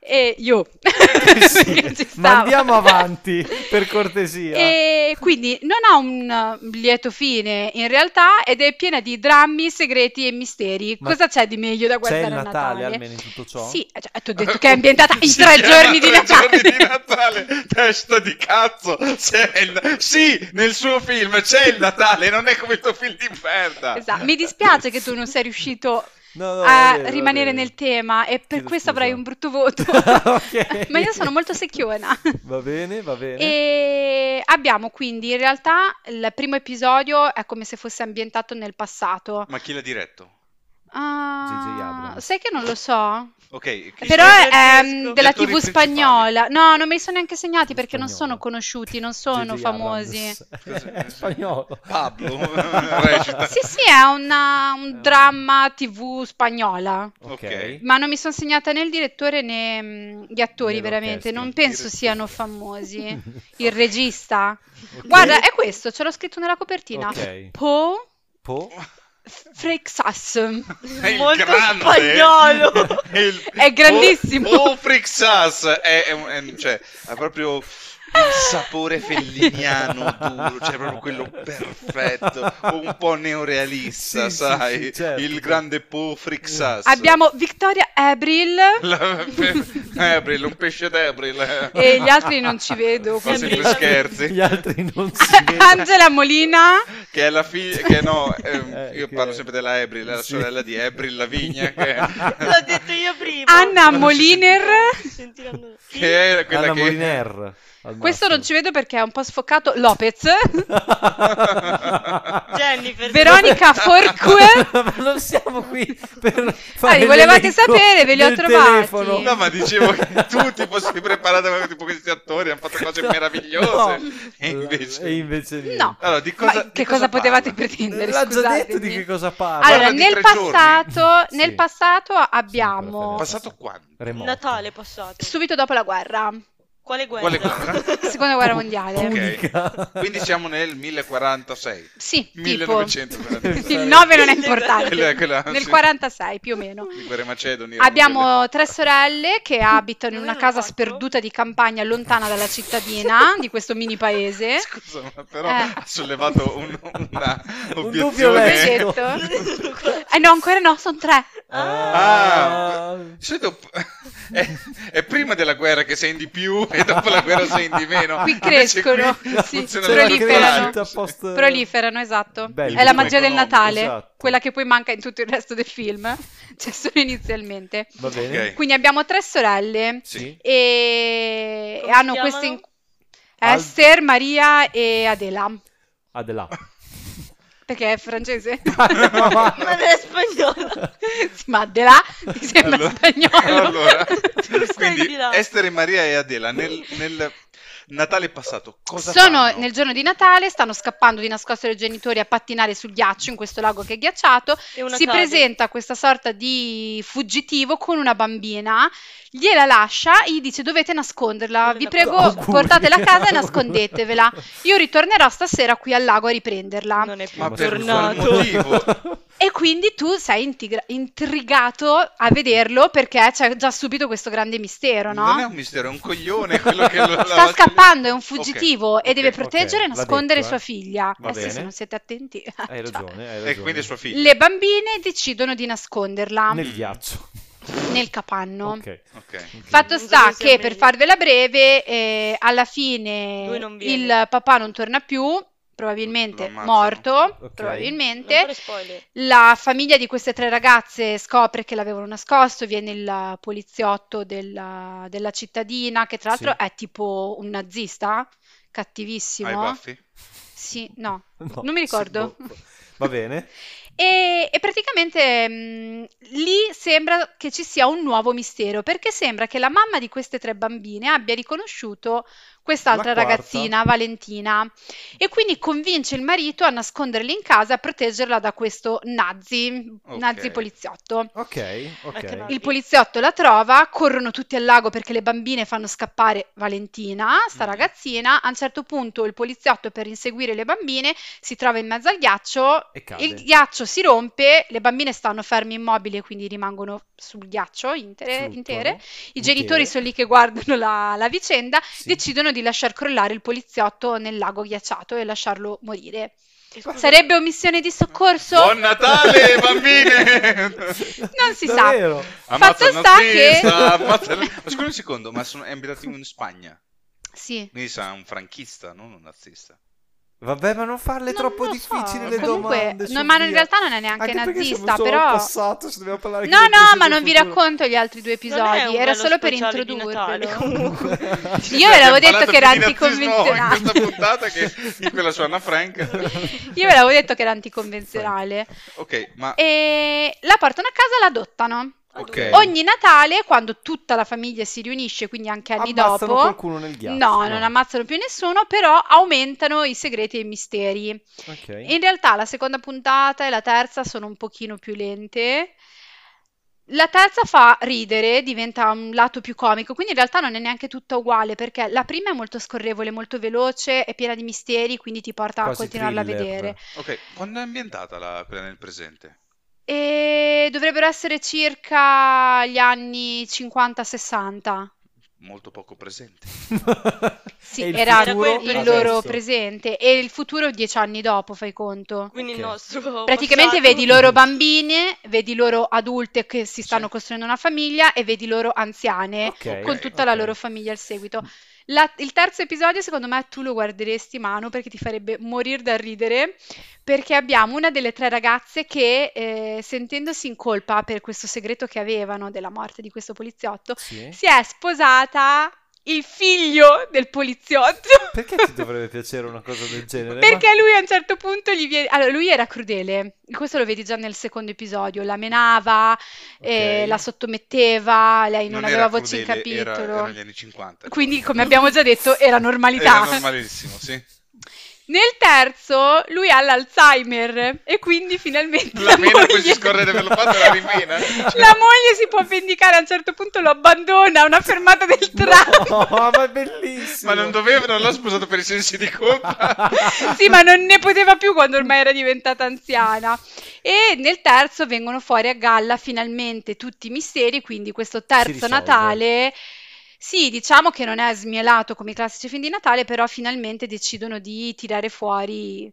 [SPEAKER 4] E io. Perché ci
[SPEAKER 3] sì. Ma
[SPEAKER 4] stavo.
[SPEAKER 3] andiamo avanti, per cortesia.
[SPEAKER 4] E quindi non ha un eh, lieto fine in realtà ed è piena di drammi, segreti e misteri.
[SPEAKER 3] Ma
[SPEAKER 4] Cosa c'è di meglio da
[SPEAKER 3] C'è
[SPEAKER 4] guardare
[SPEAKER 3] il
[SPEAKER 4] a
[SPEAKER 3] Natale, almeno in tutto ciò?
[SPEAKER 4] Sì, eh, cioè, ti ho detto che è ambientata in
[SPEAKER 2] Si
[SPEAKER 4] tre
[SPEAKER 2] chiama
[SPEAKER 4] giorni di
[SPEAKER 2] Tre
[SPEAKER 4] Natale.
[SPEAKER 2] giorni di Natale, testa di cazzo. C'è il- Sì, nel suo film c'è il Natale, non è come il tuo film di merda.
[SPEAKER 4] Esatto. Mi dispiace che tu non sei riuscito
[SPEAKER 3] No, no, va
[SPEAKER 4] a
[SPEAKER 3] bene, va
[SPEAKER 4] rimanere
[SPEAKER 3] bene.
[SPEAKER 4] nel tema e per
[SPEAKER 3] Chiedo
[SPEAKER 4] questo avrai
[SPEAKER 3] scusa.
[SPEAKER 4] un brutto voto.
[SPEAKER 3] Ok.
[SPEAKER 4] Ma io sono molto secchiona.
[SPEAKER 3] Va bene, va bene.
[SPEAKER 4] E abbiamo quindi in realtà il primo episodio è come se fosse ambientato nel passato.
[SPEAKER 2] Ma chi l'ha diretto?
[SPEAKER 4] Ah,
[SPEAKER 3] J.J. Mm. Abrams.
[SPEAKER 4] sai che non lo so,
[SPEAKER 2] Ok, chi-
[SPEAKER 4] però
[SPEAKER 5] sono?
[SPEAKER 4] è
[SPEAKER 5] Francesco.
[SPEAKER 4] ehm, della
[SPEAKER 2] Gli attori
[SPEAKER 4] TV
[SPEAKER 2] principali.
[SPEAKER 4] spagnola. No, non me li sono neanche segnati perché non
[SPEAKER 3] Spagnolo.
[SPEAKER 4] sono conosciuti, non sono
[SPEAKER 3] J.J.
[SPEAKER 4] famosi.
[SPEAKER 3] Abrams. È spagnolo.
[SPEAKER 2] Pablo recita.
[SPEAKER 4] Sì, sì, è una-
[SPEAKER 3] Eh,
[SPEAKER 4] un dramma TV spagnola.
[SPEAKER 2] Ok.
[SPEAKER 4] Ma non mi sono segnata né il direttore né mm, gli attori,
[SPEAKER 3] Né
[SPEAKER 4] veramente.
[SPEAKER 3] l'orchestra.
[SPEAKER 4] Non penso siano famosi. Il regista.
[SPEAKER 3] Ok.
[SPEAKER 4] Guarda, è questo, ce l'ho scritto nella copertina.
[SPEAKER 3] Ok.
[SPEAKER 4] Po
[SPEAKER 3] Po-
[SPEAKER 4] Frexas.
[SPEAKER 2] È il
[SPEAKER 5] Molto
[SPEAKER 2] grande.
[SPEAKER 5] spagnolo.
[SPEAKER 2] È, il-
[SPEAKER 4] È grandissimo.
[SPEAKER 2] Oh, oh, Frixas, è, è un- è- cioè, ha proprio il sapore felliniano duro, cioè proprio quello perfetto, un po' neorealista,
[SPEAKER 3] Sì, sì,
[SPEAKER 2] sai?
[SPEAKER 3] sì, certo. Eh.
[SPEAKER 2] Il grande Po Frixas.
[SPEAKER 4] Abbiamo Victoria Abril
[SPEAKER 2] La- April, un pesce d'April.
[SPEAKER 4] e gli altri non ci vedo.
[SPEAKER 2] Fa
[SPEAKER 4] quindi-
[SPEAKER 2] sempre scherzi.
[SPEAKER 3] Gli altri non si vedono.
[SPEAKER 4] Angela Molina,
[SPEAKER 2] Che è la figlia, che no, ehm,
[SPEAKER 3] Eh,
[SPEAKER 2] io
[SPEAKER 3] che-
[SPEAKER 2] parlo sempre della April, la
[SPEAKER 3] Sì.
[SPEAKER 2] sorella di April Lavigna, che,
[SPEAKER 5] L'ho detto io prima.
[SPEAKER 4] Anna
[SPEAKER 2] si
[SPEAKER 4] Moliner.
[SPEAKER 5] Si sentiranno- Sì.
[SPEAKER 2] che è quella
[SPEAKER 3] Anna
[SPEAKER 2] che...
[SPEAKER 3] Moliner. al
[SPEAKER 4] Questo non ci
[SPEAKER 3] massimo.
[SPEAKER 4] vedo perché è un po' sfocato. Lopez,
[SPEAKER 5] Jennifer.
[SPEAKER 4] Veronica Forque.
[SPEAKER 3] Ma non siamo qui per
[SPEAKER 4] Ah,
[SPEAKER 3] fare
[SPEAKER 4] li volevate
[SPEAKER 3] l'elenco
[SPEAKER 4] sapere, ve li ho
[SPEAKER 3] del
[SPEAKER 4] trovati.
[SPEAKER 3] telefono.
[SPEAKER 2] No, ma dicevo che tu ti fossi preparato come tipo questi attori hanno fatto cose
[SPEAKER 4] Cioè,
[SPEAKER 3] No.
[SPEAKER 2] meravigliose.
[SPEAKER 3] No.
[SPEAKER 2] E invece...
[SPEAKER 3] E invece niente.
[SPEAKER 4] No.
[SPEAKER 2] Allora, di
[SPEAKER 4] Ma
[SPEAKER 2] cosa,
[SPEAKER 4] che cosa potevate
[SPEAKER 2] parlare?
[SPEAKER 4] pretendere?
[SPEAKER 3] L'ha già
[SPEAKER 4] Scusatemi.
[SPEAKER 3] detto di che cosa parla.
[SPEAKER 4] Allora,
[SPEAKER 2] Parla di
[SPEAKER 4] nel
[SPEAKER 2] tre giorni.
[SPEAKER 4] passato,
[SPEAKER 3] Sì.
[SPEAKER 4] nel passato abbiamo
[SPEAKER 3] Sì,
[SPEAKER 2] Passato quando?
[SPEAKER 3] Remoto.
[SPEAKER 5] Natale passato.
[SPEAKER 4] subito dopo la guerra,
[SPEAKER 5] Quale guerra?
[SPEAKER 2] Quale guerra?
[SPEAKER 4] seconda guerra mondiale.
[SPEAKER 2] Ok.
[SPEAKER 3] Unica.
[SPEAKER 2] Quindi siamo nel 1046.
[SPEAKER 4] Sì, tipo
[SPEAKER 2] 1946.
[SPEAKER 4] il 9 non
[SPEAKER 2] Quella-
[SPEAKER 4] è importante.
[SPEAKER 2] quella-
[SPEAKER 4] Nel
[SPEAKER 2] sì.
[SPEAKER 4] 46 più o meno.
[SPEAKER 2] Di guerre macedoni.
[SPEAKER 4] Abbiamo tre sorelle che abitano in
[SPEAKER 5] Non
[SPEAKER 4] una
[SPEAKER 5] è
[SPEAKER 4] casa
[SPEAKER 5] un fatto.
[SPEAKER 4] sperduta di campagna lontana dalla cittadina di questo mini paese.
[SPEAKER 2] Scusa, ma però
[SPEAKER 4] Eh.
[SPEAKER 2] ha sollevato un, una
[SPEAKER 3] dubbio
[SPEAKER 2] obiezione.
[SPEAKER 3] legittimo.
[SPEAKER 4] Progetto. Eh no, ancora no, sono tre.
[SPEAKER 3] Eh.
[SPEAKER 2] Ah. Di solito è, è prima della guerra che sei in di più e dopo la guerra sei in di meno.
[SPEAKER 4] Qui
[SPEAKER 2] Invece
[SPEAKER 4] crescono,
[SPEAKER 2] qui
[SPEAKER 4] sì,
[SPEAKER 2] funziona
[SPEAKER 4] C'è la
[SPEAKER 2] l'altro.
[SPEAKER 4] proliferano.
[SPEAKER 3] Post...
[SPEAKER 4] Proliferano, esatto.
[SPEAKER 3] Bello.
[SPEAKER 4] È la
[SPEAKER 2] Come
[SPEAKER 4] magia del
[SPEAKER 2] economico,
[SPEAKER 4] Natale,
[SPEAKER 3] esatto.
[SPEAKER 4] quella che poi manca in tutto il resto del film, cioè solo inizialmente.
[SPEAKER 3] Va bene.
[SPEAKER 2] Ok.
[SPEAKER 4] Quindi abbiamo tre sorelle
[SPEAKER 2] Sì.
[SPEAKER 4] e,
[SPEAKER 5] Come
[SPEAKER 4] e
[SPEAKER 5] si
[SPEAKER 4] hanno queste
[SPEAKER 5] chiamano?
[SPEAKER 4] in- Esther, Maria e Adela,
[SPEAKER 3] Adela.
[SPEAKER 4] perché è francese.
[SPEAKER 3] Ah,
[SPEAKER 5] Ma non è spagnolo.
[SPEAKER 4] Sì, Ma Adela mi sembra
[SPEAKER 2] Allora-
[SPEAKER 4] spagnolo.
[SPEAKER 2] Allora,
[SPEAKER 5] Tu stai di
[SPEAKER 2] quindi
[SPEAKER 5] là.
[SPEAKER 2] Esther e Maria e Adela nel, nel Natale passato cosa
[SPEAKER 4] Sono
[SPEAKER 2] fanno?
[SPEAKER 4] nel giorno di Natale, stanno scappando di nascosto dai genitori a pattinare sul ghiaccio in questo lago che è ghiacciato.
[SPEAKER 5] E una
[SPEAKER 4] si
[SPEAKER 5] cade.
[SPEAKER 4] presenta questa sorta di fuggitivo con una bambina, gliela lascia e gli dice dovete nasconderla, vi
[SPEAKER 5] Dovete
[SPEAKER 4] prego
[SPEAKER 5] nasconderla."
[SPEAKER 4] portatela a casa e nascondetevela. Io ritornerò stasera qui al lago a riprenderla.
[SPEAKER 5] Non è più
[SPEAKER 2] Ma per
[SPEAKER 5] tornato.
[SPEAKER 2] quale motivo?
[SPEAKER 4] E quindi tu sei intigra- intrigato a vederlo perché c'è già subito questo grande mistero, no?
[SPEAKER 2] Non è un mistero, è un coglione quello che lo
[SPEAKER 4] Sta
[SPEAKER 2] la-
[SPEAKER 4] scappando, è un
[SPEAKER 2] Ok,
[SPEAKER 4] fuggitivo e
[SPEAKER 2] ok,
[SPEAKER 4] deve
[SPEAKER 2] ok.
[SPEAKER 4] proteggere e
[SPEAKER 3] l'ha
[SPEAKER 4] nascondere
[SPEAKER 3] detto, eh.
[SPEAKER 4] sua figlia.
[SPEAKER 3] Va
[SPEAKER 4] Eh sì, se
[SPEAKER 3] bene.
[SPEAKER 4] non siete attenti.
[SPEAKER 3] Hai
[SPEAKER 4] Ciao.
[SPEAKER 3] ragione, hai ragione.
[SPEAKER 2] E quindi è sua figlia.
[SPEAKER 4] Le bambine decidono di nasconderla
[SPEAKER 3] Nel ghiaccio.
[SPEAKER 4] nel capanno.
[SPEAKER 3] Ok.
[SPEAKER 2] Ok.
[SPEAKER 4] Fatto
[SPEAKER 5] Non so
[SPEAKER 4] sta
[SPEAKER 5] se sia
[SPEAKER 4] che
[SPEAKER 5] meglio.
[SPEAKER 4] per farvela breve, eh, alla fine
[SPEAKER 5] Lui non viene.
[SPEAKER 4] il papà non torna più, probabilmente
[SPEAKER 2] Lo ammazzano.
[SPEAKER 4] morto,
[SPEAKER 3] Ok.
[SPEAKER 4] probabilmente.
[SPEAKER 5] Non fare spoiler.
[SPEAKER 4] La famiglia di queste tre ragazze scopre che l'avevano nascosto, viene il poliziotto della, della cittadina, che tra l'altro
[SPEAKER 3] Sì.
[SPEAKER 4] è tipo un nazista,
[SPEAKER 2] Hai
[SPEAKER 4] cattivissimo.
[SPEAKER 2] baffi?
[SPEAKER 4] Sì, no.
[SPEAKER 3] No,
[SPEAKER 4] Non mi ricordo.
[SPEAKER 3] sì, boh. Va bene.
[SPEAKER 4] E, e praticamente mh, lì sembra che ci sia un nuovo mistero, perché sembra che la mamma di queste tre bambine abbia riconosciuto quest'altra
[SPEAKER 3] La quarta.
[SPEAKER 4] ragazzina, Valentina, e quindi convince il marito a nasconderla in casa e a proteggerla da questo nazi,
[SPEAKER 2] Ok.
[SPEAKER 4] nazi poliziotto.
[SPEAKER 3] Ok,
[SPEAKER 5] Anche no.
[SPEAKER 3] ok.
[SPEAKER 4] Il poliziotto la trova, corrono tutti al lago perché le bambine fanno scappare Valentina, sta
[SPEAKER 2] Mm.
[SPEAKER 4] ragazzina. A un certo punto il poliziotto per inseguire le bambine si trova in mezzo al ghiaccio,
[SPEAKER 3] E cade.
[SPEAKER 4] il ghiaccio si rompe, le bambine stanno ferme immobili, quindi rimangono sul ghiaccio intere-
[SPEAKER 3] Fluttuano.
[SPEAKER 4] intere. I
[SPEAKER 3] Intere.
[SPEAKER 4] genitori sono lì che guardano la, la vicenda,
[SPEAKER 3] Sì.
[SPEAKER 4] decidono di lasciar crollare il poliziotto nel lago ghiacciato e lasciarlo morire.
[SPEAKER 5] E scusa,
[SPEAKER 4] Sarebbe omissione di soccorso?
[SPEAKER 2] Buon Natale, bambine!
[SPEAKER 4] Non si sa.
[SPEAKER 3] Davvero?
[SPEAKER 2] Ammazza il
[SPEAKER 4] Fatto sta che-
[SPEAKER 2] nazista, ammazza il- Ma scusa un secondo, ma sono, è abitato in Spagna.
[SPEAKER 4] Sì.
[SPEAKER 2] Quindi sarà un franchista, non un nazista.
[SPEAKER 3] Vabbè, ma non farle
[SPEAKER 4] Non
[SPEAKER 3] troppo
[SPEAKER 4] lo so,
[SPEAKER 3] difficili le
[SPEAKER 4] comunque,
[SPEAKER 3] domande.
[SPEAKER 4] no,
[SPEAKER 3] su,
[SPEAKER 4] ma in
[SPEAKER 3] via.
[SPEAKER 4] realtà non è neanche
[SPEAKER 3] Anche perché siamo
[SPEAKER 4] nazista,
[SPEAKER 3] solo
[SPEAKER 4] però-
[SPEAKER 3] al passato, se dobbiamo parlare
[SPEAKER 4] No,
[SPEAKER 3] anche del
[SPEAKER 4] no, ma
[SPEAKER 3] presente e
[SPEAKER 4] non
[SPEAKER 3] del
[SPEAKER 4] vi
[SPEAKER 3] futuro.
[SPEAKER 4] racconto gli altri due
[SPEAKER 5] non è
[SPEAKER 4] episodi,
[SPEAKER 5] un
[SPEAKER 4] era
[SPEAKER 5] bello
[SPEAKER 4] solo per
[SPEAKER 5] speciale di Natale,
[SPEAKER 4] introdurvelo.
[SPEAKER 5] comunque.
[SPEAKER 4] Io ve l'avevo
[SPEAKER 2] Cioè, Abbiamo
[SPEAKER 4] detto che era
[SPEAKER 2] parlato più di nazismo
[SPEAKER 4] anticonvenzionale.
[SPEAKER 2] in questa puntata che in quella su Anna Frank.
[SPEAKER 4] Io ve l'avevo detto che era anticonvenzionale.
[SPEAKER 2] Ok, ma
[SPEAKER 4] E la portano a casa e la adottano.
[SPEAKER 3] Eh.
[SPEAKER 2] ok.
[SPEAKER 4] Ogni Natale, quando tutta la famiglia si riunisce, quindi anche anni
[SPEAKER 3] Ammazzano
[SPEAKER 4] dopo,
[SPEAKER 3] qualcuno nel ghiaccio.
[SPEAKER 4] no, non ammazzano più nessuno, però aumentano i segreti e i misteri.
[SPEAKER 3] Ok.
[SPEAKER 4] In realtà la seconda puntata e la terza sono un pochino più lente. La terza fa ridere, diventa un lato più comico, quindi in realtà non è neanche tutta uguale, perché la prima è molto scorrevole, molto veloce, è piena di misteri, quindi ti porta a
[SPEAKER 3] Quasi
[SPEAKER 4] continuarla a
[SPEAKER 3] thriller.
[SPEAKER 4] vedere.
[SPEAKER 2] Ok, quando è ambientata la- quella nel presente?
[SPEAKER 4] E dovrebbero essere circa gli anni 50-60.
[SPEAKER 2] Molto poco presente.
[SPEAKER 4] Sì,
[SPEAKER 3] E il
[SPEAKER 4] era
[SPEAKER 3] futuro
[SPEAKER 5] quel-
[SPEAKER 4] il
[SPEAKER 5] adesso?
[SPEAKER 4] loro presente e il futuro dieci anni dopo, fai conto.
[SPEAKER 5] Quindi il
[SPEAKER 3] Ok.
[SPEAKER 5] nostro
[SPEAKER 4] Praticamente
[SPEAKER 5] passato-
[SPEAKER 4] vedi loro bambine, vedi loro adulte che si stanno
[SPEAKER 2] Sì.
[SPEAKER 4] costruendo una famiglia e vedi loro anziane
[SPEAKER 3] Ok,
[SPEAKER 4] con tutta la
[SPEAKER 3] ok.
[SPEAKER 4] loro famiglia al seguito. La- il terzo episodio, secondo me, tu lo guarderesti, Manu, perché ti farebbe morire dal ridere, perché abbiamo una delle tre ragazze che, eh, sentendosi in colpa per questo segreto che avevano della morte di questo poliziotto,
[SPEAKER 3] Sì.
[SPEAKER 4] si è sposata il figlio del poliziotto.
[SPEAKER 3] Perché ti dovrebbe piacere una cosa del genere?
[SPEAKER 4] Perché lui a un certo punto gli viene... Allora, lui era crudele, questo lo vedi già nel secondo episodio, la menava, eh, la sottometteva, lei non, aveva
[SPEAKER 2] era
[SPEAKER 4] voce in
[SPEAKER 2] crudele, era-
[SPEAKER 4] capitolo.
[SPEAKER 2] erano gli anni 50.
[SPEAKER 4] Quindi, come abbiamo già detto, era normalità.
[SPEAKER 2] Era normalissimo, sì.
[SPEAKER 4] Nel terzo, lui ha l'Alzheimer e quindi finalmente
[SPEAKER 2] La
[SPEAKER 4] la
[SPEAKER 2] mena
[SPEAKER 4] moglie...
[SPEAKER 2] così scorre ve l'ho fatta la rimena.
[SPEAKER 4] La moglie si può vendicare, a un certo punto lo abbandona a una fermata del tram.
[SPEAKER 3] No, ma è bellissimo.
[SPEAKER 2] Ma non doveva, non l'ha sposato per i sensi di colpa.
[SPEAKER 4] Sì, ma non ne poteva più quando ormai era diventata anziana. E nel terzo vengono fuori a galla finalmente tutti i misteri, quindi questo terzo
[SPEAKER 3] risolve.
[SPEAKER 4] Natale. Sì, diciamo che non è smielato come i classici film di Natale, però finalmente decidono di tirare fuori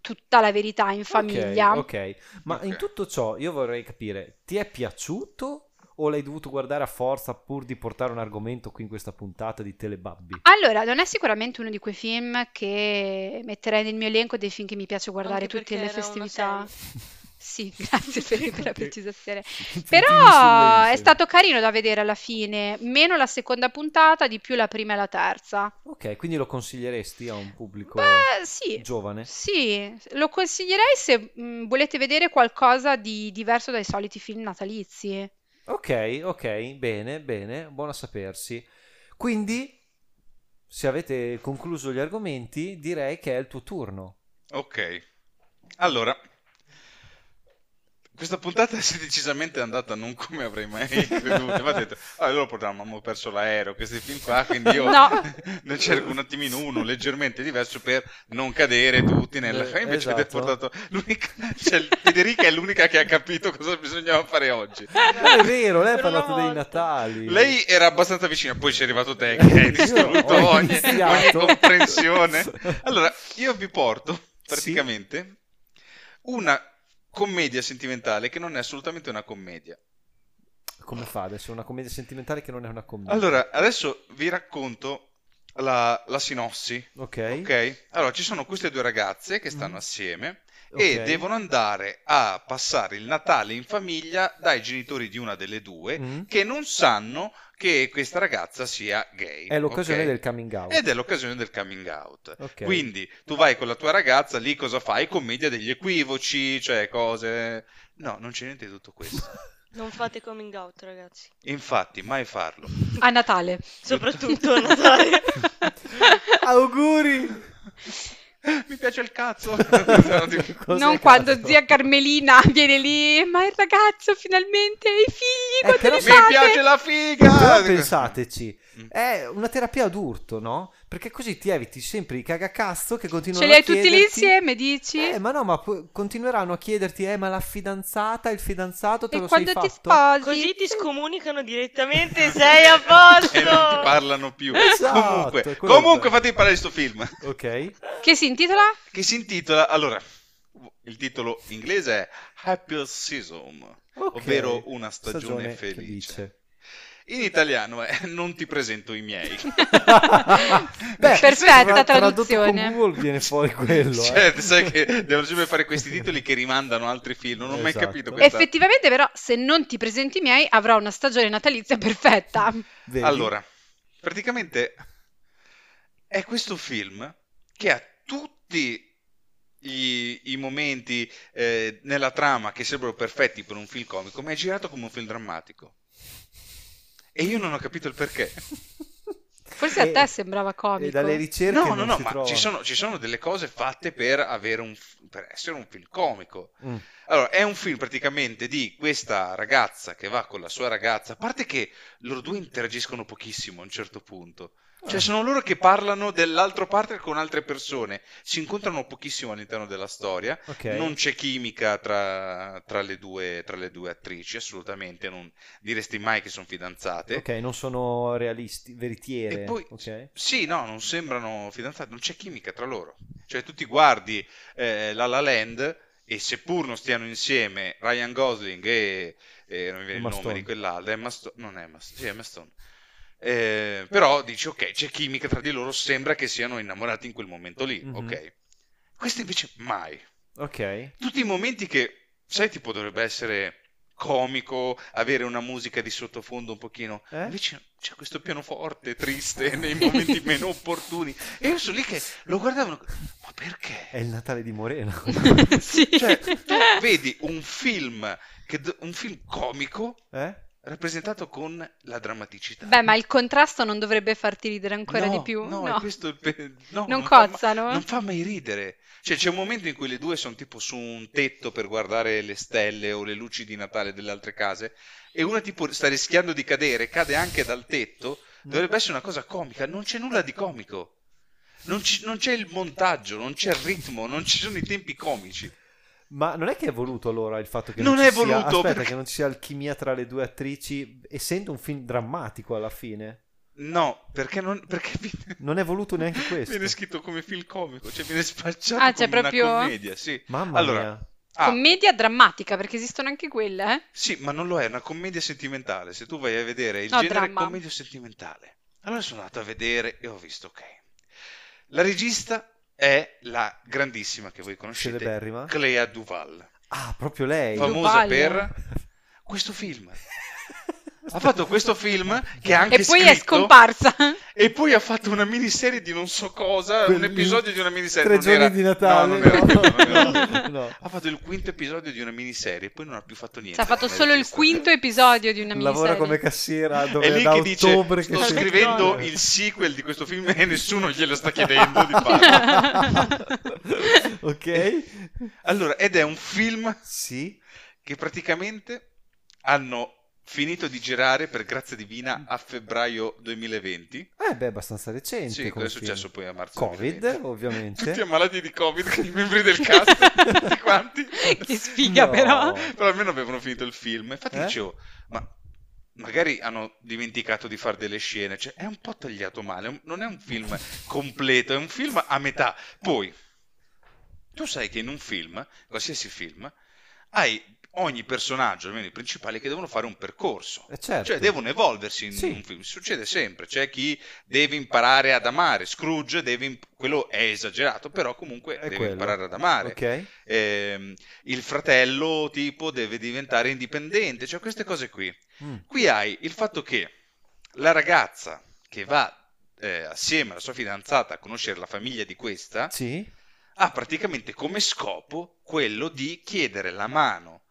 [SPEAKER 4] tutta la verità in famiglia.
[SPEAKER 3] Ok, ok. Ma
[SPEAKER 2] Ok.
[SPEAKER 3] in tutto ciò io vorrei capire, ti è piaciuto o l'hai dovuto guardare a forza pur di portare un argomento qui in questa puntata di Telebabbi?
[SPEAKER 4] Allora, non è sicuramente uno di quei film che metterei nel mio elenco dei film che mi piace guardare
[SPEAKER 5] Anche
[SPEAKER 4] tutte le
[SPEAKER 5] perché era una
[SPEAKER 4] festività.
[SPEAKER 5] serie.
[SPEAKER 4] Sì, grazie per, per la precisazione.
[SPEAKER 3] Puntini
[SPEAKER 4] Però è
[SPEAKER 3] silenzio.
[SPEAKER 4] stato carino da vedere alla fine, meno la seconda puntata, di più la prima e la terza.
[SPEAKER 3] Ok, quindi lo consiglieresti a un pubblico
[SPEAKER 4] Beh, sì,
[SPEAKER 3] giovane?
[SPEAKER 4] sì, lo consiglierei se mh, volete vedere qualcosa di diverso dai soliti film natalizi.
[SPEAKER 3] Ok, ok, bene, bene, buono a sapersi. Quindi, se avete concluso gli argomenti, direi che è il tuo turno.
[SPEAKER 2] Ok, allora, questa puntata si è decisamente andata non come avrei mai creduto. Infatti ho detto, ah, loro portavano, abbiamo perso l'aereo, questi film qua, quindi io
[SPEAKER 4] No.
[SPEAKER 2] ne cerco un attimino uno leggermente diverso per non cadere tutti nella...
[SPEAKER 3] Eh,
[SPEAKER 2] Invece avete
[SPEAKER 3] esatto.
[SPEAKER 2] portato l'unica... Cioè, Federica è l'unica che ha capito cosa bisognava fare oggi.
[SPEAKER 3] No, è vero, lei ha
[SPEAKER 5] Per una
[SPEAKER 3] parlato dei
[SPEAKER 5] volta.
[SPEAKER 3] Natali.
[SPEAKER 2] Lei era abbastanza vicina, poi ci è arrivato te che hai distrutto
[SPEAKER 3] Io ho
[SPEAKER 2] ogni, ogni
[SPEAKER 3] iniziato.
[SPEAKER 2] comprensione. Allora, io vi porto praticamente una commedia sentimentale che non è assolutamente una commedia.
[SPEAKER 3] Mm. Come fa adesso? Una commedia sentimentale che non è una commedia.
[SPEAKER 2] Allora, adesso vi racconto la, la sinossi,
[SPEAKER 3] ok,
[SPEAKER 2] ok? Allora, ci sono queste due ragazze che stanno
[SPEAKER 3] Mhm.
[SPEAKER 2] assieme
[SPEAKER 3] ok.
[SPEAKER 2] e devono andare a passare il Natale in famiglia dai genitori di una delle due
[SPEAKER 3] Mm?
[SPEAKER 2] che non sanno che questa ragazza sia gay.
[SPEAKER 3] È l'occasione
[SPEAKER 2] ok?
[SPEAKER 3] del coming out.
[SPEAKER 2] Ed è l'occasione del coming out.
[SPEAKER 3] Ok.
[SPEAKER 2] Quindi tu vai con la tua ragazza, lì cosa fai? Commedia degli equivoci, cioè cose... No, non c'è niente di tutto questo.
[SPEAKER 5] Non fate coming out, ragazzi.
[SPEAKER 2] Infatti, mai farlo.
[SPEAKER 4] A Natale.
[SPEAKER 5] Soprattutto a Natale.
[SPEAKER 3] Auguri! Eh,
[SPEAKER 2] Mi piace il cazzo.
[SPEAKER 3] Cos'è
[SPEAKER 4] Non quando
[SPEAKER 3] cazzo?
[SPEAKER 4] zia Carmelina viene lì, ma il ragazzo finalmente, i figli,
[SPEAKER 3] Eh,
[SPEAKER 4] quando
[SPEAKER 3] però
[SPEAKER 4] li
[SPEAKER 3] se-
[SPEAKER 2] Mi
[SPEAKER 4] fate?"
[SPEAKER 2] piace la figa!
[SPEAKER 3] Però pensateci,
[SPEAKER 2] Mm.
[SPEAKER 3] è una terapia ad urto, no? Perché così ti eviti sempre i cagacazzo che continuano
[SPEAKER 4] Ce li
[SPEAKER 3] a
[SPEAKER 4] hai tutti lì
[SPEAKER 3] chiederti-
[SPEAKER 4] insieme, dici?
[SPEAKER 3] Eh, ma no, ma pu- continueranno a chiederti, eh, ma la fidanzata, il fidanzato te
[SPEAKER 4] E
[SPEAKER 3] lo
[SPEAKER 4] quando
[SPEAKER 3] sei
[SPEAKER 4] ti
[SPEAKER 3] fatto?
[SPEAKER 4] sposi?
[SPEAKER 5] Così ti scomunicano direttamente, sei a posto.
[SPEAKER 2] E non ti parlano più.
[SPEAKER 3] Esatto,
[SPEAKER 2] comunque,
[SPEAKER 3] è quello
[SPEAKER 2] comunque
[SPEAKER 3] bello.
[SPEAKER 2] fatemi parlare di sto film.
[SPEAKER 3] Ok,
[SPEAKER 4] Che si intitola?
[SPEAKER 2] Che si intitola... Allora, il titolo inglese è Happy Season.
[SPEAKER 3] ok.
[SPEAKER 2] Ovvero una stagione felice. In italiano è Non ti presento i miei.
[SPEAKER 3] Beh,
[SPEAKER 4] Perfetta
[SPEAKER 3] tra- tradotto
[SPEAKER 4] traduzione.
[SPEAKER 3] Con Google viene fuori quello, eh.
[SPEAKER 2] Cioè, sai che devono sempre fare questi titoli che rimandano altri film. Non ho mai
[SPEAKER 3] Esatto.
[SPEAKER 2] capito questa.
[SPEAKER 4] Effettivamente, però, se non ti presenti i miei, avrò una stagione natalizia perfetta.
[SPEAKER 3] Vedi?
[SPEAKER 2] Allora, praticamente è questo film che ha tutti gli- i momenti eh, nella trama che sembrano perfetti per un film comico, ma è girato come un film drammatico. E io non ho capito il perché.
[SPEAKER 4] Forse a
[SPEAKER 3] E-
[SPEAKER 4] te sembrava comico.
[SPEAKER 3] E dalle ricerche
[SPEAKER 2] No, no,
[SPEAKER 3] non
[SPEAKER 2] no,
[SPEAKER 3] si
[SPEAKER 2] ma
[SPEAKER 3] trova.
[SPEAKER 2] ci sono, ci sono delle cose fatte per, avere un, f- per essere un film comico.
[SPEAKER 3] Mm.
[SPEAKER 2] Allora, è un film praticamente di questa ragazza che va con la sua ragazza, a parte che loro due interagiscono pochissimo a un certo punto. Cioè, sono loro che parlano dell'altro partner con altre persone, si incontrano pochissimo all'interno della storia,
[SPEAKER 3] Ok.
[SPEAKER 2] non c'è chimica tra, tra le due, tra le due attrici, assolutamente, non diresti mai che sono fidanzate.
[SPEAKER 3] Ok, non sono realisti, veritiere.
[SPEAKER 2] E poi,
[SPEAKER 3] ok.
[SPEAKER 2] sì, no, non sembrano fidanzati, non c'è chimica tra loro. Cioè, tu ti guardi eh, La La Land e seppur non stiano insieme Ryan Gosling e, e non mi viene
[SPEAKER 3] Emma
[SPEAKER 2] il nome
[SPEAKER 3] Stone.
[SPEAKER 2] di quell'altra, Emma Stone, non è Emma Stone, sì, Emma Stone. Eh, però dici, ok, c'è chimica tra di loro, sembra che siano innamorati in quel momento lì,
[SPEAKER 3] Mhm.
[SPEAKER 2] ok. Questo invece mai.
[SPEAKER 3] Ok.
[SPEAKER 2] Tutti i momenti che, sai, tipo dovrebbe essere comico, avere una musica di sottofondo un pochino...
[SPEAKER 3] Eh?
[SPEAKER 2] Invece c'è questo pianoforte triste nei momenti meno opportuni. E io sono lì che lo guardavano. Ma
[SPEAKER 3] È
[SPEAKER 2] perché?
[SPEAKER 3] il Natale di Moreno.
[SPEAKER 4] Sì.
[SPEAKER 2] Cioè, tu vedi un film, che d- un film comico
[SPEAKER 3] Eh?
[SPEAKER 2] rappresentato con la drammaticità.
[SPEAKER 4] Beh, ma il contrasto non dovrebbe farti ridere ancora
[SPEAKER 2] No,
[SPEAKER 4] di più.
[SPEAKER 2] No,
[SPEAKER 4] no.
[SPEAKER 2] è questo il pe- no,
[SPEAKER 4] Non
[SPEAKER 2] fa ma-
[SPEAKER 4] cozzano?
[SPEAKER 2] non fa mai ridere. Cioè, c'è un momento in cui le due sono tipo su un tetto per guardare le stelle o le luci di Natale delle altre case e una tipo sta rischiando di cadere, cade anche dal tetto.
[SPEAKER 4] Mm.
[SPEAKER 2] Dovrebbe essere una cosa comica, non c'è nulla di comico. Non, ci- non c'è il montaggio, non c'è il ritmo, non ci sono i tempi comici.
[SPEAKER 3] Ma non è che è voluto allora il fatto che
[SPEAKER 2] Non
[SPEAKER 3] ci
[SPEAKER 2] è
[SPEAKER 3] sia-
[SPEAKER 2] voluto,
[SPEAKER 3] aspetta,
[SPEAKER 2] perché-
[SPEAKER 3] che non ci sia alchimia tra le due attrici, essendo un film drammatico alla fine.
[SPEAKER 2] No, perché non perché viene,
[SPEAKER 3] Non è voluto neanche questo.
[SPEAKER 2] viene scritto come film comico, cioè viene spacciato come
[SPEAKER 4] Ah, c'è
[SPEAKER 2] una
[SPEAKER 4] proprio-
[SPEAKER 2] commedia, sì.
[SPEAKER 3] Mamma
[SPEAKER 2] Allora,
[SPEAKER 3] mia.
[SPEAKER 2] Ah,
[SPEAKER 4] Commedia drammatica, perché esistono anche quelle, eh?
[SPEAKER 2] Sì, ma non lo è, è una commedia sentimentale. Se tu vai a vedere il
[SPEAKER 4] No,
[SPEAKER 2] genere
[SPEAKER 4] dramma.
[SPEAKER 2] commedia sentimentale. Allora sono andato a vedere e ho visto, ok. La regista è la grandissima che voi conoscete,
[SPEAKER 3] Celeberrima.
[SPEAKER 2] Clea Duval.
[SPEAKER 3] Ah, proprio lei.
[SPEAKER 4] Famo-
[SPEAKER 2] famosa
[SPEAKER 4] Io ballo.
[SPEAKER 2] per questo film. Ha fatto questo film che ha anche
[SPEAKER 4] E poi è
[SPEAKER 2] scritto-
[SPEAKER 4] scomparsa.
[SPEAKER 2] E poi ha fatto una miniserie di non so cosa, un
[SPEAKER 3] Quelli-
[SPEAKER 2] episodio di una miniserie.
[SPEAKER 3] Tre
[SPEAKER 2] non
[SPEAKER 3] giorni
[SPEAKER 2] era-
[SPEAKER 3] di
[SPEAKER 2] No,
[SPEAKER 3] Natale.
[SPEAKER 2] non era quello, non era quello.
[SPEAKER 3] no. No.
[SPEAKER 2] Ha fatto il quinto episodio di una miniserie, poi non ha più fatto niente.
[SPEAKER 4] Ci Cioè, ha fatto
[SPEAKER 2] Non è
[SPEAKER 4] solo il
[SPEAKER 2] esistito.
[SPEAKER 4] quinto episodio di una
[SPEAKER 3] Lavora
[SPEAKER 4] miniserie.
[SPEAKER 3] come cassiera dove
[SPEAKER 2] È lì
[SPEAKER 3] da
[SPEAKER 2] che dice:
[SPEAKER 3] ottobre che
[SPEAKER 2] Sto
[SPEAKER 5] c'è-
[SPEAKER 3] si-
[SPEAKER 2] scrivendo
[SPEAKER 5] Madonna.
[SPEAKER 2] il sequel di questo film e nessuno glielo sta chiedendo. Di farlo.
[SPEAKER 3] ok?
[SPEAKER 2] allora, ed è un film
[SPEAKER 3] Sì.
[SPEAKER 2] che praticamente hanno finito di girare per grazia divina a febbraio 2020.
[SPEAKER 3] Eh beh, abbastanza recente.
[SPEAKER 2] Sì, cosa
[SPEAKER 3] come
[SPEAKER 2] è successo
[SPEAKER 3] film.
[SPEAKER 2] poi a marzo?
[SPEAKER 3] Covid,
[SPEAKER 2] 2020? Tutti
[SPEAKER 3] ovviamente.
[SPEAKER 2] ammalati di Covid, che i membri del cast, tutti quanti.
[SPEAKER 4] che sfiga
[SPEAKER 3] No.
[SPEAKER 4] però.
[SPEAKER 2] Però almeno avevano finito il film. Infatti
[SPEAKER 3] Eh?
[SPEAKER 2] dicevo, ma magari hanno dimenticato di fare delle scene. Cioè, è un po' tagliato male. un- Non è un film completo, è un film a metà. Poi, tu sai che in un film, qualsiasi film, hai ogni personaggio, almeno i principali, che devono fare un percorso.
[SPEAKER 3] Eh, certo.
[SPEAKER 2] Cioè, devono evolversi in
[SPEAKER 3] Sì.
[SPEAKER 2] un film. Succede sempre. C'è chi deve imparare ad amare. Scrooge deve. imp- quello è esagerato, però comunque
[SPEAKER 3] È
[SPEAKER 2] deve
[SPEAKER 3] quello.
[SPEAKER 2] imparare ad amare.
[SPEAKER 3] Ok.
[SPEAKER 2] Ehm, il fratello, tipo, deve diventare indipendente. Cioè, queste cose qui.
[SPEAKER 3] Mm.
[SPEAKER 2] Qui hai il fatto che la ragazza che va eh, assieme alla sua fidanzata a conoscere la famiglia di questa
[SPEAKER 3] Sì.
[SPEAKER 2] ha praticamente come scopo quello di chiedere la mano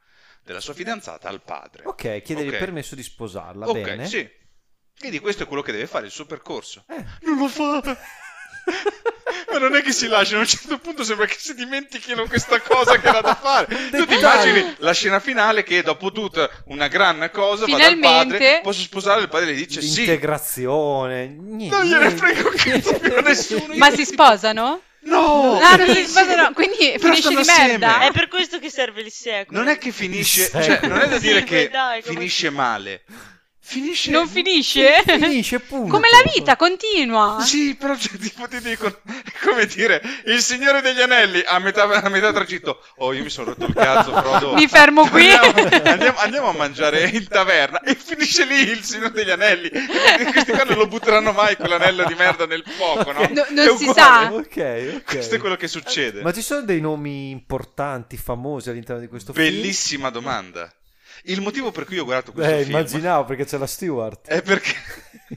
[SPEAKER 2] della sua fidanzata al padre.
[SPEAKER 3] Ok, chiedere il
[SPEAKER 2] Ok.
[SPEAKER 3] permesso di sposarla.
[SPEAKER 2] Ok,
[SPEAKER 3] bene.
[SPEAKER 2] sì. Quindi questo è quello che deve fare il suo percorso.
[SPEAKER 3] Eh.
[SPEAKER 2] Non lo fa. Ma non è che si lasciano, a un certo punto sembra che si dimentichino questa cosa che era da fare. Tu ti immagini la scena finale che dopo tutta una gran cosa va dal
[SPEAKER 4] Finalmente-
[SPEAKER 2] padre, posso sposare il padre gli dice sì.
[SPEAKER 3] Integrazione. Niente.
[SPEAKER 2] Non gliene frega un cazzo più a nessuno.
[SPEAKER 4] Ma si sposano?
[SPEAKER 2] No!
[SPEAKER 4] Ah, non si sposano, quindi
[SPEAKER 2] Però
[SPEAKER 4] finisce
[SPEAKER 2] stanno
[SPEAKER 4] di
[SPEAKER 2] assieme. Eh,
[SPEAKER 4] merda.
[SPEAKER 5] È per questo che serve il secolo.
[SPEAKER 2] Non è che finisce,
[SPEAKER 3] Sì.
[SPEAKER 2] cioè, non è da dire
[SPEAKER 5] Sì,
[SPEAKER 2] che
[SPEAKER 5] dai, come-
[SPEAKER 2] finisce male. Finisce
[SPEAKER 4] Non finisce?
[SPEAKER 3] Finisce punto.
[SPEAKER 4] Come la vita, continua.
[SPEAKER 2] Sì, però cioè, tipo ti dicono, come dire, il Signore degli Anelli a metà, a metà tragitto, oh io mi sono rotto il cazzo, Frodo.
[SPEAKER 4] Mi fermo qui.
[SPEAKER 2] Andiamo, andiamo- andiamo a mangiare in taverna e finisce lì il Signore degli Anelli. E Questi qua non lo butteranno mai quell'anello di merda nel fuoco, no?
[SPEAKER 4] No- non
[SPEAKER 2] È
[SPEAKER 4] si
[SPEAKER 2] uguale.
[SPEAKER 4] sa.
[SPEAKER 3] Ok, ok.
[SPEAKER 2] Questo è quello che succede.
[SPEAKER 3] Ma ci sono dei nomi importanti, famosi all'interno di questo
[SPEAKER 2] Bellissima domanda. Il motivo per cui ho guardato
[SPEAKER 3] film? Eh,
[SPEAKER 2] questo film
[SPEAKER 3] immaginavo perché c'è la Stewart.
[SPEAKER 2] è perché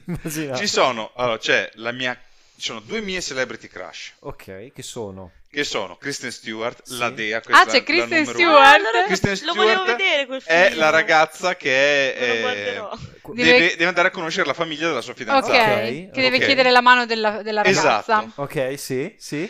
[SPEAKER 3] immaginavo.
[SPEAKER 2] ci sono, allora, c'è la mia, ci sono due mie celebrity crush.
[SPEAKER 3] Ok, che sono?
[SPEAKER 2] Che sono Kristen Stewart,
[SPEAKER 3] Sì.
[SPEAKER 2] la dea. questa
[SPEAKER 4] Ah,
[SPEAKER 2] è
[SPEAKER 4] c'è
[SPEAKER 2] la
[SPEAKER 4] Kristen
[SPEAKER 2] numero uno.
[SPEAKER 5] Ah,
[SPEAKER 4] Stewart.
[SPEAKER 5] allora-
[SPEAKER 2] Kristen
[SPEAKER 5] Lo volevo
[SPEAKER 2] Stewart
[SPEAKER 5] vedere quel film.
[SPEAKER 2] È la ragazza che
[SPEAKER 5] Non lo
[SPEAKER 2] è,
[SPEAKER 5] guarderò.
[SPEAKER 2] eh,
[SPEAKER 4] Deve-
[SPEAKER 2] deve, deve andare a conoscere la famiglia della sua
[SPEAKER 4] Ok,
[SPEAKER 2] fidanzata.
[SPEAKER 3] Ok,
[SPEAKER 4] che deve
[SPEAKER 2] ok.
[SPEAKER 4] chiedere la mano della, della
[SPEAKER 2] Esatto.
[SPEAKER 4] ragazza.
[SPEAKER 3] Ok, sì, sì.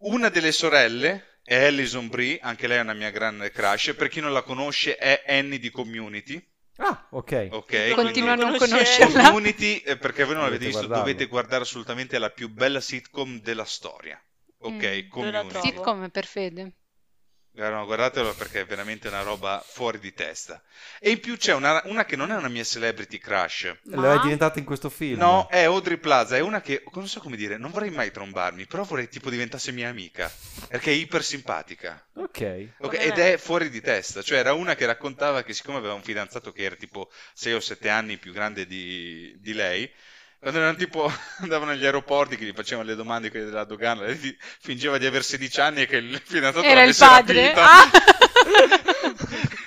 [SPEAKER 2] Una delle sorelle è Alison Brie, anche lei è una mia grande crush. Per chi non la conosce, è Annie di Community.
[SPEAKER 3] Ah, ok.
[SPEAKER 2] Ok,
[SPEAKER 4] Continua a non
[SPEAKER 5] Conosce-
[SPEAKER 4] conoscerla.
[SPEAKER 2] Community, eh, perché voi non l'avete
[SPEAKER 3] Dovete
[SPEAKER 2] visto,
[SPEAKER 3] guardarlo.
[SPEAKER 2] dovete guardare assolutamente la più bella sitcom della storia. Ok,
[SPEAKER 4] Mm,
[SPEAKER 5] dove la
[SPEAKER 2] Community.
[SPEAKER 5] trovo?
[SPEAKER 4] Sì, come per fede.
[SPEAKER 2] Eh, no, guardatelo perché è veramente una roba fuori di testa. E in più c'è una, una che non è una mia celebrity crush.
[SPEAKER 4] Ma-
[SPEAKER 3] Lo è diventata in questo film?
[SPEAKER 2] No, è Audrey Plaza, è una che, non so come dire, non vorrei mai trombarmi, però vorrei tipo diventasse mia amica, perché è iper simpatica.
[SPEAKER 3] Ok.
[SPEAKER 2] Ok,
[SPEAKER 5] Come
[SPEAKER 2] ed
[SPEAKER 5] me.
[SPEAKER 2] è fuori di testa, cioè era una che raccontava che siccome aveva un fidanzato che era tipo 6 o 7 anni più grande di, di lei, quando erano tipo andavano agli aeroporti che gli facevano le domande quelle della dogana, lei di- fingeva di aver 16 anni e che il fidanzato
[SPEAKER 4] Era il
[SPEAKER 2] l'avesse
[SPEAKER 4] padre.
[SPEAKER 2] rapita.
[SPEAKER 4] Ah!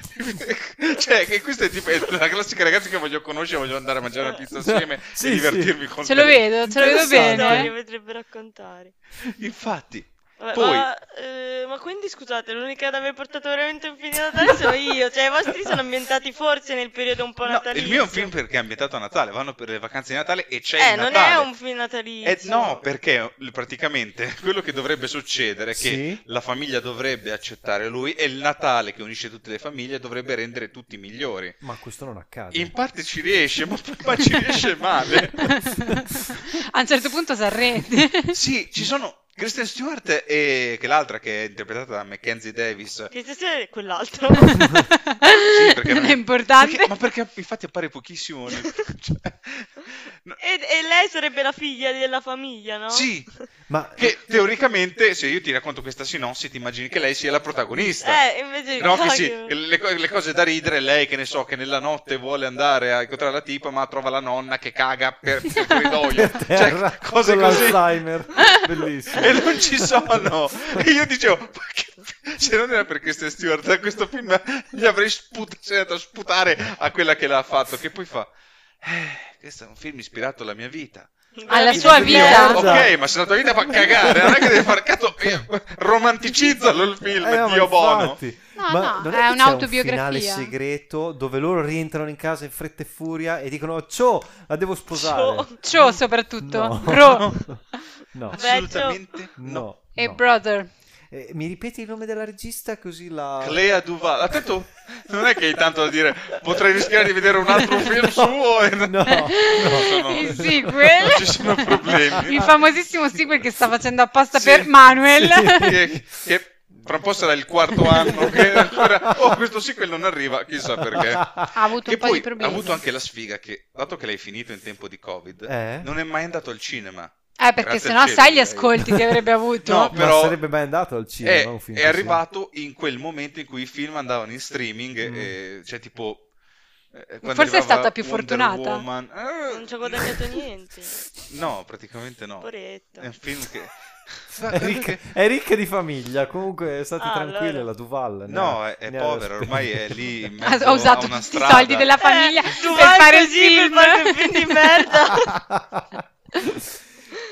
[SPEAKER 2] Cioè, che questa è tipo è la classica ragazza che voglio conoscere, voglio andare a mangiare una pizza assieme
[SPEAKER 3] Sì,
[SPEAKER 2] e divertirmi con
[SPEAKER 4] Ah! Ce lo
[SPEAKER 2] lei.
[SPEAKER 4] vedo, ce lo vedo
[SPEAKER 3] Interessante.
[SPEAKER 5] Storie
[SPEAKER 4] bene.
[SPEAKER 5] potrebbe raccontare.
[SPEAKER 2] Infatti,
[SPEAKER 5] Vabbè,
[SPEAKER 2] Poi-
[SPEAKER 5] ma, eh, ma quindi scusate, l'unica ad aver portato veramente un film di Natale sono io. Cioè, i vostri sono ambientati forse nel periodo un po'
[SPEAKER 2] no,
[SPEAKER 5] natalizio.
[SPEAKER 2] il mio è un film perché è ambientato a Natale, vanno per le vacanze di Natale e c'è
[SPEAKER 5] Eh,
[SPEAKER 2] il
[SPEAKER 5] non
[SPEAKER 2] Natale.
[SPEAKER 5] è un film natalizio.
[SPEAKER 2] Eh, no, perché l- praticamente quello che dovrebbe succedere è che
[SPEAKER 3] Sì.
[SPEAKER 2] la famiglia dovrebbe accettare lui e il Natale che unisce tutte le famiglie dovrebbe rendere tutti migliori.
[SPEAKER 3] Ma questo non accade.
[SPEAKER 2] In parte ci riesce, ma, ma ci riesce male.
[SPEAKER 4] A un certo punto si arrende.
[SPEAKER 2] Sì, ci sono Kristen Stewart e che l'altra che è interpretata da Mackenzie Davis.
[SPEAKER 5] Che stasera è quell'altro.
[SPEAKER 2] Sì, perché
[SPEAKER 4] non è importante.
[SPEAKER 2] perché- ma perché infatti appare pochissimo. nel- cioè, no,
[SPEAKER 5] E, e lei sarebbe la figlia della famiglia, no?
[SPEAKER 2] Sì,
[SPEAKER 3] Ma
[SPEAKER 2] che teoricamente se io ti racconto questa sinossi ti immagini che lei sia la protagonista.
[SPEAKER 5] Eh, invece
[SPEAKER 2] No, che
[SPEAKER 5] dai,
[SPEAKER 2] sì,
[SPEAKER 5] che-
[SPEAKER 2] che le, co- le cose da ridere, lei che ne so, che nella notte vuole andare a incontrare la tipa, ma trova la nonna che caga per il corridoio.
[SPEAKER 3] per terra
[SPEAKER 2] cioè, cose
[SPEAKER 3] con
[SPEAKER 2] così.
[SPEAKER 3] l'Alzheimer. Bellissimo.
[SPEAKER 2] E non ci sono. E io dicevo, ma che- se non era per Kristen Stewart, a questo film gli avrei sput- cioè, andato a sputare a quella che l'ha fatto, che poi fa... "Eh, questo è un film ispirato alla mia vita.
[SPEAKER 4] Alla
[SPEAKER 5] Veramente
[SPEAKER 4] sua
[SPEAKER 5] di
[SPEAKER 4] vita.
[SPEAKER 5] merda.
[SPEAKER 2] Ok, ma se la tua vita fa cagare, non è che devi far cazzo. eh, Romanticizzalo il film,
[SPEAKER 3] Eh, no, ma
[SPEAKER 2] Dio bono.
[SPEAKER 3] infatti.
[SPEAKER 4] No,
[SPEAKER 3] Ma
[SPEAKER 4] no,
[SPEAKER 3] non
[SPEAKER 4] è
[SPEAKER 3] che c'è
[SPEAKER 4] un'autobiografia.
[SPEAKER 3] un finale segreto dove loro rientrano in casa in fretta e furia e dicono ciao, la devo sposare.
[SPEAKER 5] Ciao.
[SPEAKER 4] Ciao soprattutto.
[SPEAKER 3] No. No.
[SPEAKER 4] Bro
[SPEAKER 2] Assolutamente no.
[SPEAKER 3] No.
[SPEAKER 4] e
[SPEAKER 3] no.
[SPEAKER 4] brother.
[SPEAKER 3] Eh, mi ripeti il nome della regista così la...
[SPEAKER 2] Clea Duval, attento, non è che hai tanto da dire, potrei rischiare di vedere un altro film suo. E...
[SPEAKER 3] No, no.
[SPEAKER 2] no, no.
[SPEAKER 4] Il sequel.
[SPEAKER 2] Non ci sono problemi.
[SPEAKER 4] Il famosissimo sequel che sta facendo apposta per Manuel.
[SPEAKER 2] Che, che fra un po' sarà il quarto anno che ancora. Oh, questo sequel non arriva, chissà perché.
[SPEAKER 4] Ha avuto
[SPEAKER 2] Che
[SPEAKER 4] un po'
[SPEAKER 2] poi
[SPEAKER 4] di
[SPEAKER 2] ha
[SPEAKER 4] problemi.
[SPEAKER 2] avuto anche la sfiga che, dato che l'hai finito in tempo di Covid,
[SPEAKER 3] Eh?
[SPEAKER 2] non è mai andato al cinema.
[SPEAKER 4] Eh, perché
[SPEAKER 2] Grazie
[SPEAKER 4] sennò
[SPEAKER 2] al cielo,
[SPEAKER 4] sai gli
[SPEAKER 2] direi.
[SPEAKER 4] ascolti che avrebbe avuto.
[SPEAKER 2] No,
[SPEAKER 3] Ma
[SPEAKER 2] però-
[SPEAKER 3] sarebbe mai andato al cinema
[SPEAKER 2] è,
[SPEAKER 3] un film
[SPEAKER 2] è
[SPEAKER 3] così?
[SPEAKER 2] arrivato in quel momento in cui i film andavano in streaming,
[SPEAKER 3] Mm.
[SPEAKER 2] e, cioè tipo... eh, quando
[SPEAKER 4] Forse è
[SPEAKER 2] arrivava
[SPEAKER 4] stata più
[SPEAKER 2] Wonder
[SPEAKER 4] fortunata.
[SPEAKER 2] Woman, eh,
[SPEAKER 5] Non ci ha guadagnato niente.
[SPEAKER 2] No, Eh. praticamente no.
[SPEAKER 5] Poretto.
[SPEAKER 2] È un film che...
[SPEAKER 3] È ricca, è ricca di famiglia, comunque state
[SPEAKER 5] Ah,
[SPEAKER 3] tranquilli,
[SPEAKER 5] allora.
[SPEAKER 3] la Duval. ne ha-
[SPEAKER 2] No, è, è
[SPEAKER 3] ne ha-
[SPEAKER 2] povero, ormai è lì in
[SPEAKER 4] Ha,
[SPEAKER 2] mezzo
[SPEAKER 4] ha
[SPEAKER 2] a
[SPEAKER 4] usato
[SPEAKER 2] una
[SPEAKER 4] tutti i
[SPEAKER 2] strada.
[SPEAKER 4] soldi della famiglia
[SPEAKER 5] Eh,
[SPEAKER 4] per
[SPEAKER 5] vai
[SPEAKER 4] fare il
[SPEAKER 5] così, per
[SPEAKER 4] film.
[SPEAKER 5] fare un film di merda.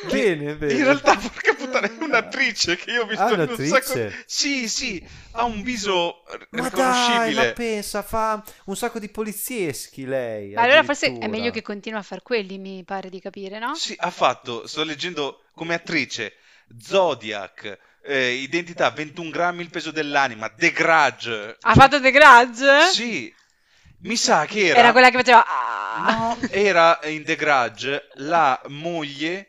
[SPEAKER 3] bene, bene.
[SPEAKER 2] In realtà, porca puttana, è un'attrice che io ho visto
[SPEAKER 3] Ah,
[SPEAKER 2] in un
[SPEAKER 3] un'attrice?
[SPEAKER 2] sacco... Sì, sì, ha un viso r-
[SPEAKER 3] Ma dai,
[SPEAKER 2] riconoscibile.
[SPEAKER 3] la pensa, fa un sacco di polizieschi lei.
[SPEAKER 4] Ma allora forse è
[SPEAKER 3] addirittura.
[SPEAKER 4] meglio che continua a far quelli, mi pare di capire, no?
[SPEAKER 2] Sì, ha fatto, sto leggendo come attrice Zodiac, eh, Identità, 21 grammi il peso dell'anima, The Grudge.
[SPEAKER 4] Ha fatto The Grudge?
[SPEAKER 2] Sì, mi sa che era,
[SPEAKER 4] Era quella che faceva... "Ah".
[SPEAKER 2] No, era in The Grudge la moglie,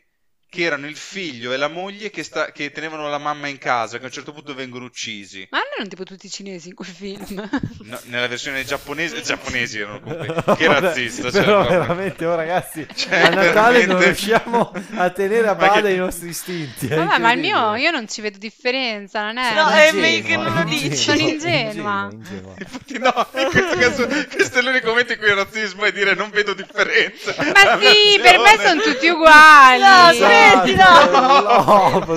[SPEAKER 2] che erano il figlio e la moglie che, sta- che tenevano la mamma in casa, che a un certo punto vengono uccisi.
[SPEAKER 4] Ma non erano tipo tutti cinesi in quel film?
[SPEAKER 2] No, nella versione giapponese, i giapponesi erano comunque, che razzista. cioè,
[SPEAKER 3] Però
[SPEAKER 2] proprio.
[SPEAKER 3] veramente, oh, ragazzi,
[SPEAKER 2] Cioè,
[SPEAKER 3] a Natale non
[SPEAKER 2] veramente.
[SPEAKER 3] riusciamo a tenere a
[SPEAKER 2] Ma che-
[SPEAKER 3] bada i nostri istinti. è
[SPEAKER 4] Vabbè, ma il
[SPEAKER 3] incredibile.
[SPEAKER 4] mio, io non ci vedo differenza, non è?
[SPEAKER 5] No,
[SPEAKER 4] Non-
[SPEAKER 5] è
[SPEAKER 3] Ingenua,
[SPEAKER 5] meglio che non lo dici.
[SPEAKER 3] ingenua,
[SPEAKER 4] Sono ingenua.
[SPEAKER 3] ingenua, ingenua.
[SPEAKER 2] Infatti No, in questo caso questo è l'unico momento in cui il razzismo è dire non vedo differenza.
[SPEAKER 4] Ma sì, per me sono tutti
[SPEAKER 5] No,
[SPEAKER 4] uguali.
[SPEAKER 3] Esatto,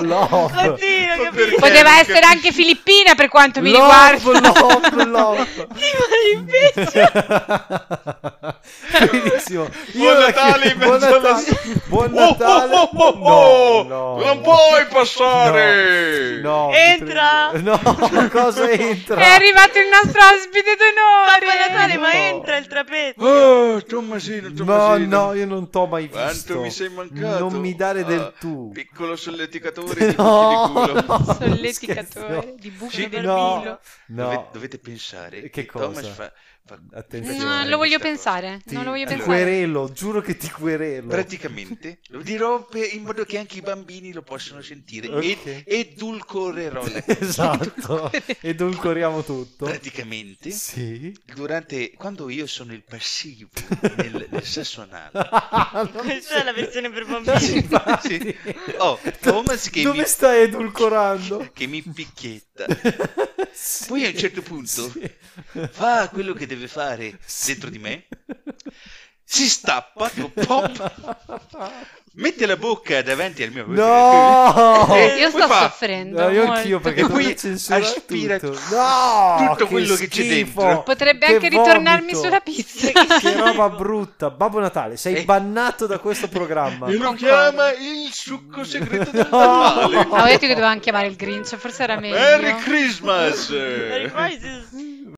[SPEAKER 3] Love, love.
[SPEAKER 5] Oddio,
[SPEAKER 2] Ma
[SPEAKER 5] capito?
[SPEAKER 2] perché?
[SPEAKER 4] Poteva essere anche filippina per quanto mi
[SPEAKER 3] Love,
[SPEAKER 4] riguarda.
[SPEAKER 3] love, love.
[SPEAKER 5] Ma invece...
[SPEAKER 3] Benissimo. Io
[SPEAKER 2] Buon
[SPEAKER 3] la
[SPEAKER 2] Natale in
[SPEAKER 3] chiedo- buon
[SPEAKER 2] mezzo alla-
[SPEAKER 3] Natale. Buon
[SPEAKER 2] Oh,
[SPEAKER 3] Natale.
[SPEAKER 2] oh, oh, oh, oh!
[SPEAKER 3] No, no,
[SPEAKER 2] non
[SPEAKER 3] no.
[SPEAKER 2] puoi passare!
[SPEAKER 3] No, no,
[SPEAKER 5] Entra.
[SPEAKER 3] ti prego. No, cosa entra?
[SPEAKER 4] È arrivato il nostro ospite
[SPEAKER 5] Papà
[SPEAKER 4] d'onore.
[SPEAKER 5] Natale, ma
[SPEAKER 3] No.
[SPEAKER 5] entra il trapezzo.
[SPEAKER 2] Oh, Tommasino,
[SPEAKER 3] No,
[SPEAKER 2] Tommasino.
[SPEAKER 3] no, io non t'ho mai
[SPEAKER 2] Quanto
[SPEAKER 3] visto.
[SPEAKER 2] mi sei mancato.
[SPEAKER 3] Non mi dare del
[SPEAKER 2] Ah,
[SPEAKER 3] tu.
[SPEAKER 2] Piccolo solleticatore di
[SPEAKER 3] No,
[SPEAKER 2] buchi di culo.
[SPEAKER 3] no.
[SPEAKER 4] Solleticatore di buco
[SPEAKER 2] Sì,
[SPEAKER 4] di
[SPEAKER 3] no.
[SPEAKER 4] barbillo.
[SPEAKER 3] No.
[SPEAKER 2] Dove- dovete pensare
[SPEAKER 3] Che
[SPEAKER 2] Thomas
[SPEAKER 3] cosa?
[SPEAKER 2] fa- fa-
[SPEAKER 3] Attenzione.
[SPEAKER 4] No,
[SPEAKER 2] fare
[SPEAKER 4] lo voglio
[SPEAKER 2] questa cosa.
[SPEAKER 4] pensare.
[SPEAKER 3] Ti-
[SPEAKER 4] Non lo voglio
[SPEAKER 3] ti
[SPEAKER 4] pensare.
[SPEAKER 3] querelo, giuro che ti querelo.
[SPEAKER 2] Praticamente lo dirò per- in modo che anche i bambini lo possano sentire
[SPEAKER 3] Ok.
[SPEAKER 2] e edulcorerò le
[SPEAKER 3] esatto. Edulcoriamo tutto.
[SPEAKER 2] Praticamente,
[SPEAKER 3] Sì.
[SPEAKER 2] durante, quando io sono il passivo nel, nel sesso anale,
[SPEAKER 5] Questa è la versione per
[SPEAKER 3] Sì,
[SPEAKER 5] bambini.
[SPEAKER 3] Ah, infatti.
[SPEAKER 2] Sì. Oh, Thomas che
[SPEAKER 3] Dove
[SPEAKER 2] mi-
[SPEAKER 3] stai edulcorando?
[SPEAKER 2] che mi picchietta,
[SPEAKER 3] Sì.
[SPEAKER 2] Poi a un certo punto
[SPEAKER 3] Sì.
[SPEAKER 2] fa quello che deve fare dentro di me, si stappa, tipo, pop, mette la bocca davanti al mio
[SPEAKER 3] No!
[SPEAKER 2] Eh,
[SPEAKER 4] Io
[SPEAKER 2] poi
[SPEAKER 4] sto
[SPEAKER 2] fa-
[SPEAKER 4] soffrendo.
[SPEAKER 3] No, io
[SPEAKER 4] molto.
[SPEAKER 3] anch'io perché
[SPEAKER 2] E poi
[SPEAKER 3] dovrei censurare
[SPEAKER 2] aspira
[SPEAKER 3] tutto. No,
[SPEAKER 2] tutto quello che c'è
[SPEAKER 3] schifo.
[SPEAKER 2] dentro.
[SPEAKER 4] Potrebbe
[SPEAKER 3] Che
[SPEAKER 4] anche ritornarmi
[SPEAKER 3] vomito.
[SPEAKER 4] sulla pizza.
[SPEAKER 3] Che roba brutta. Babbo Natale, sei
[SPEAKER 2] Eh.
[SPEAKER 3] bannato da questo programma.
[SPEAKER 2] E lo
[SPEAKER 4] Concordo.
[SPEAKER 2] chiama il succo segreto del
[SPEAKER 3] No.
[SPEAKER 2] Natale.
[SPEAKER 4] Avevo detto che dovevamo chiamare il Grinch, forse era meglio.
[SPEAKER 2] Merry Christmas!
[SPEAKER 5] Merry Christmas.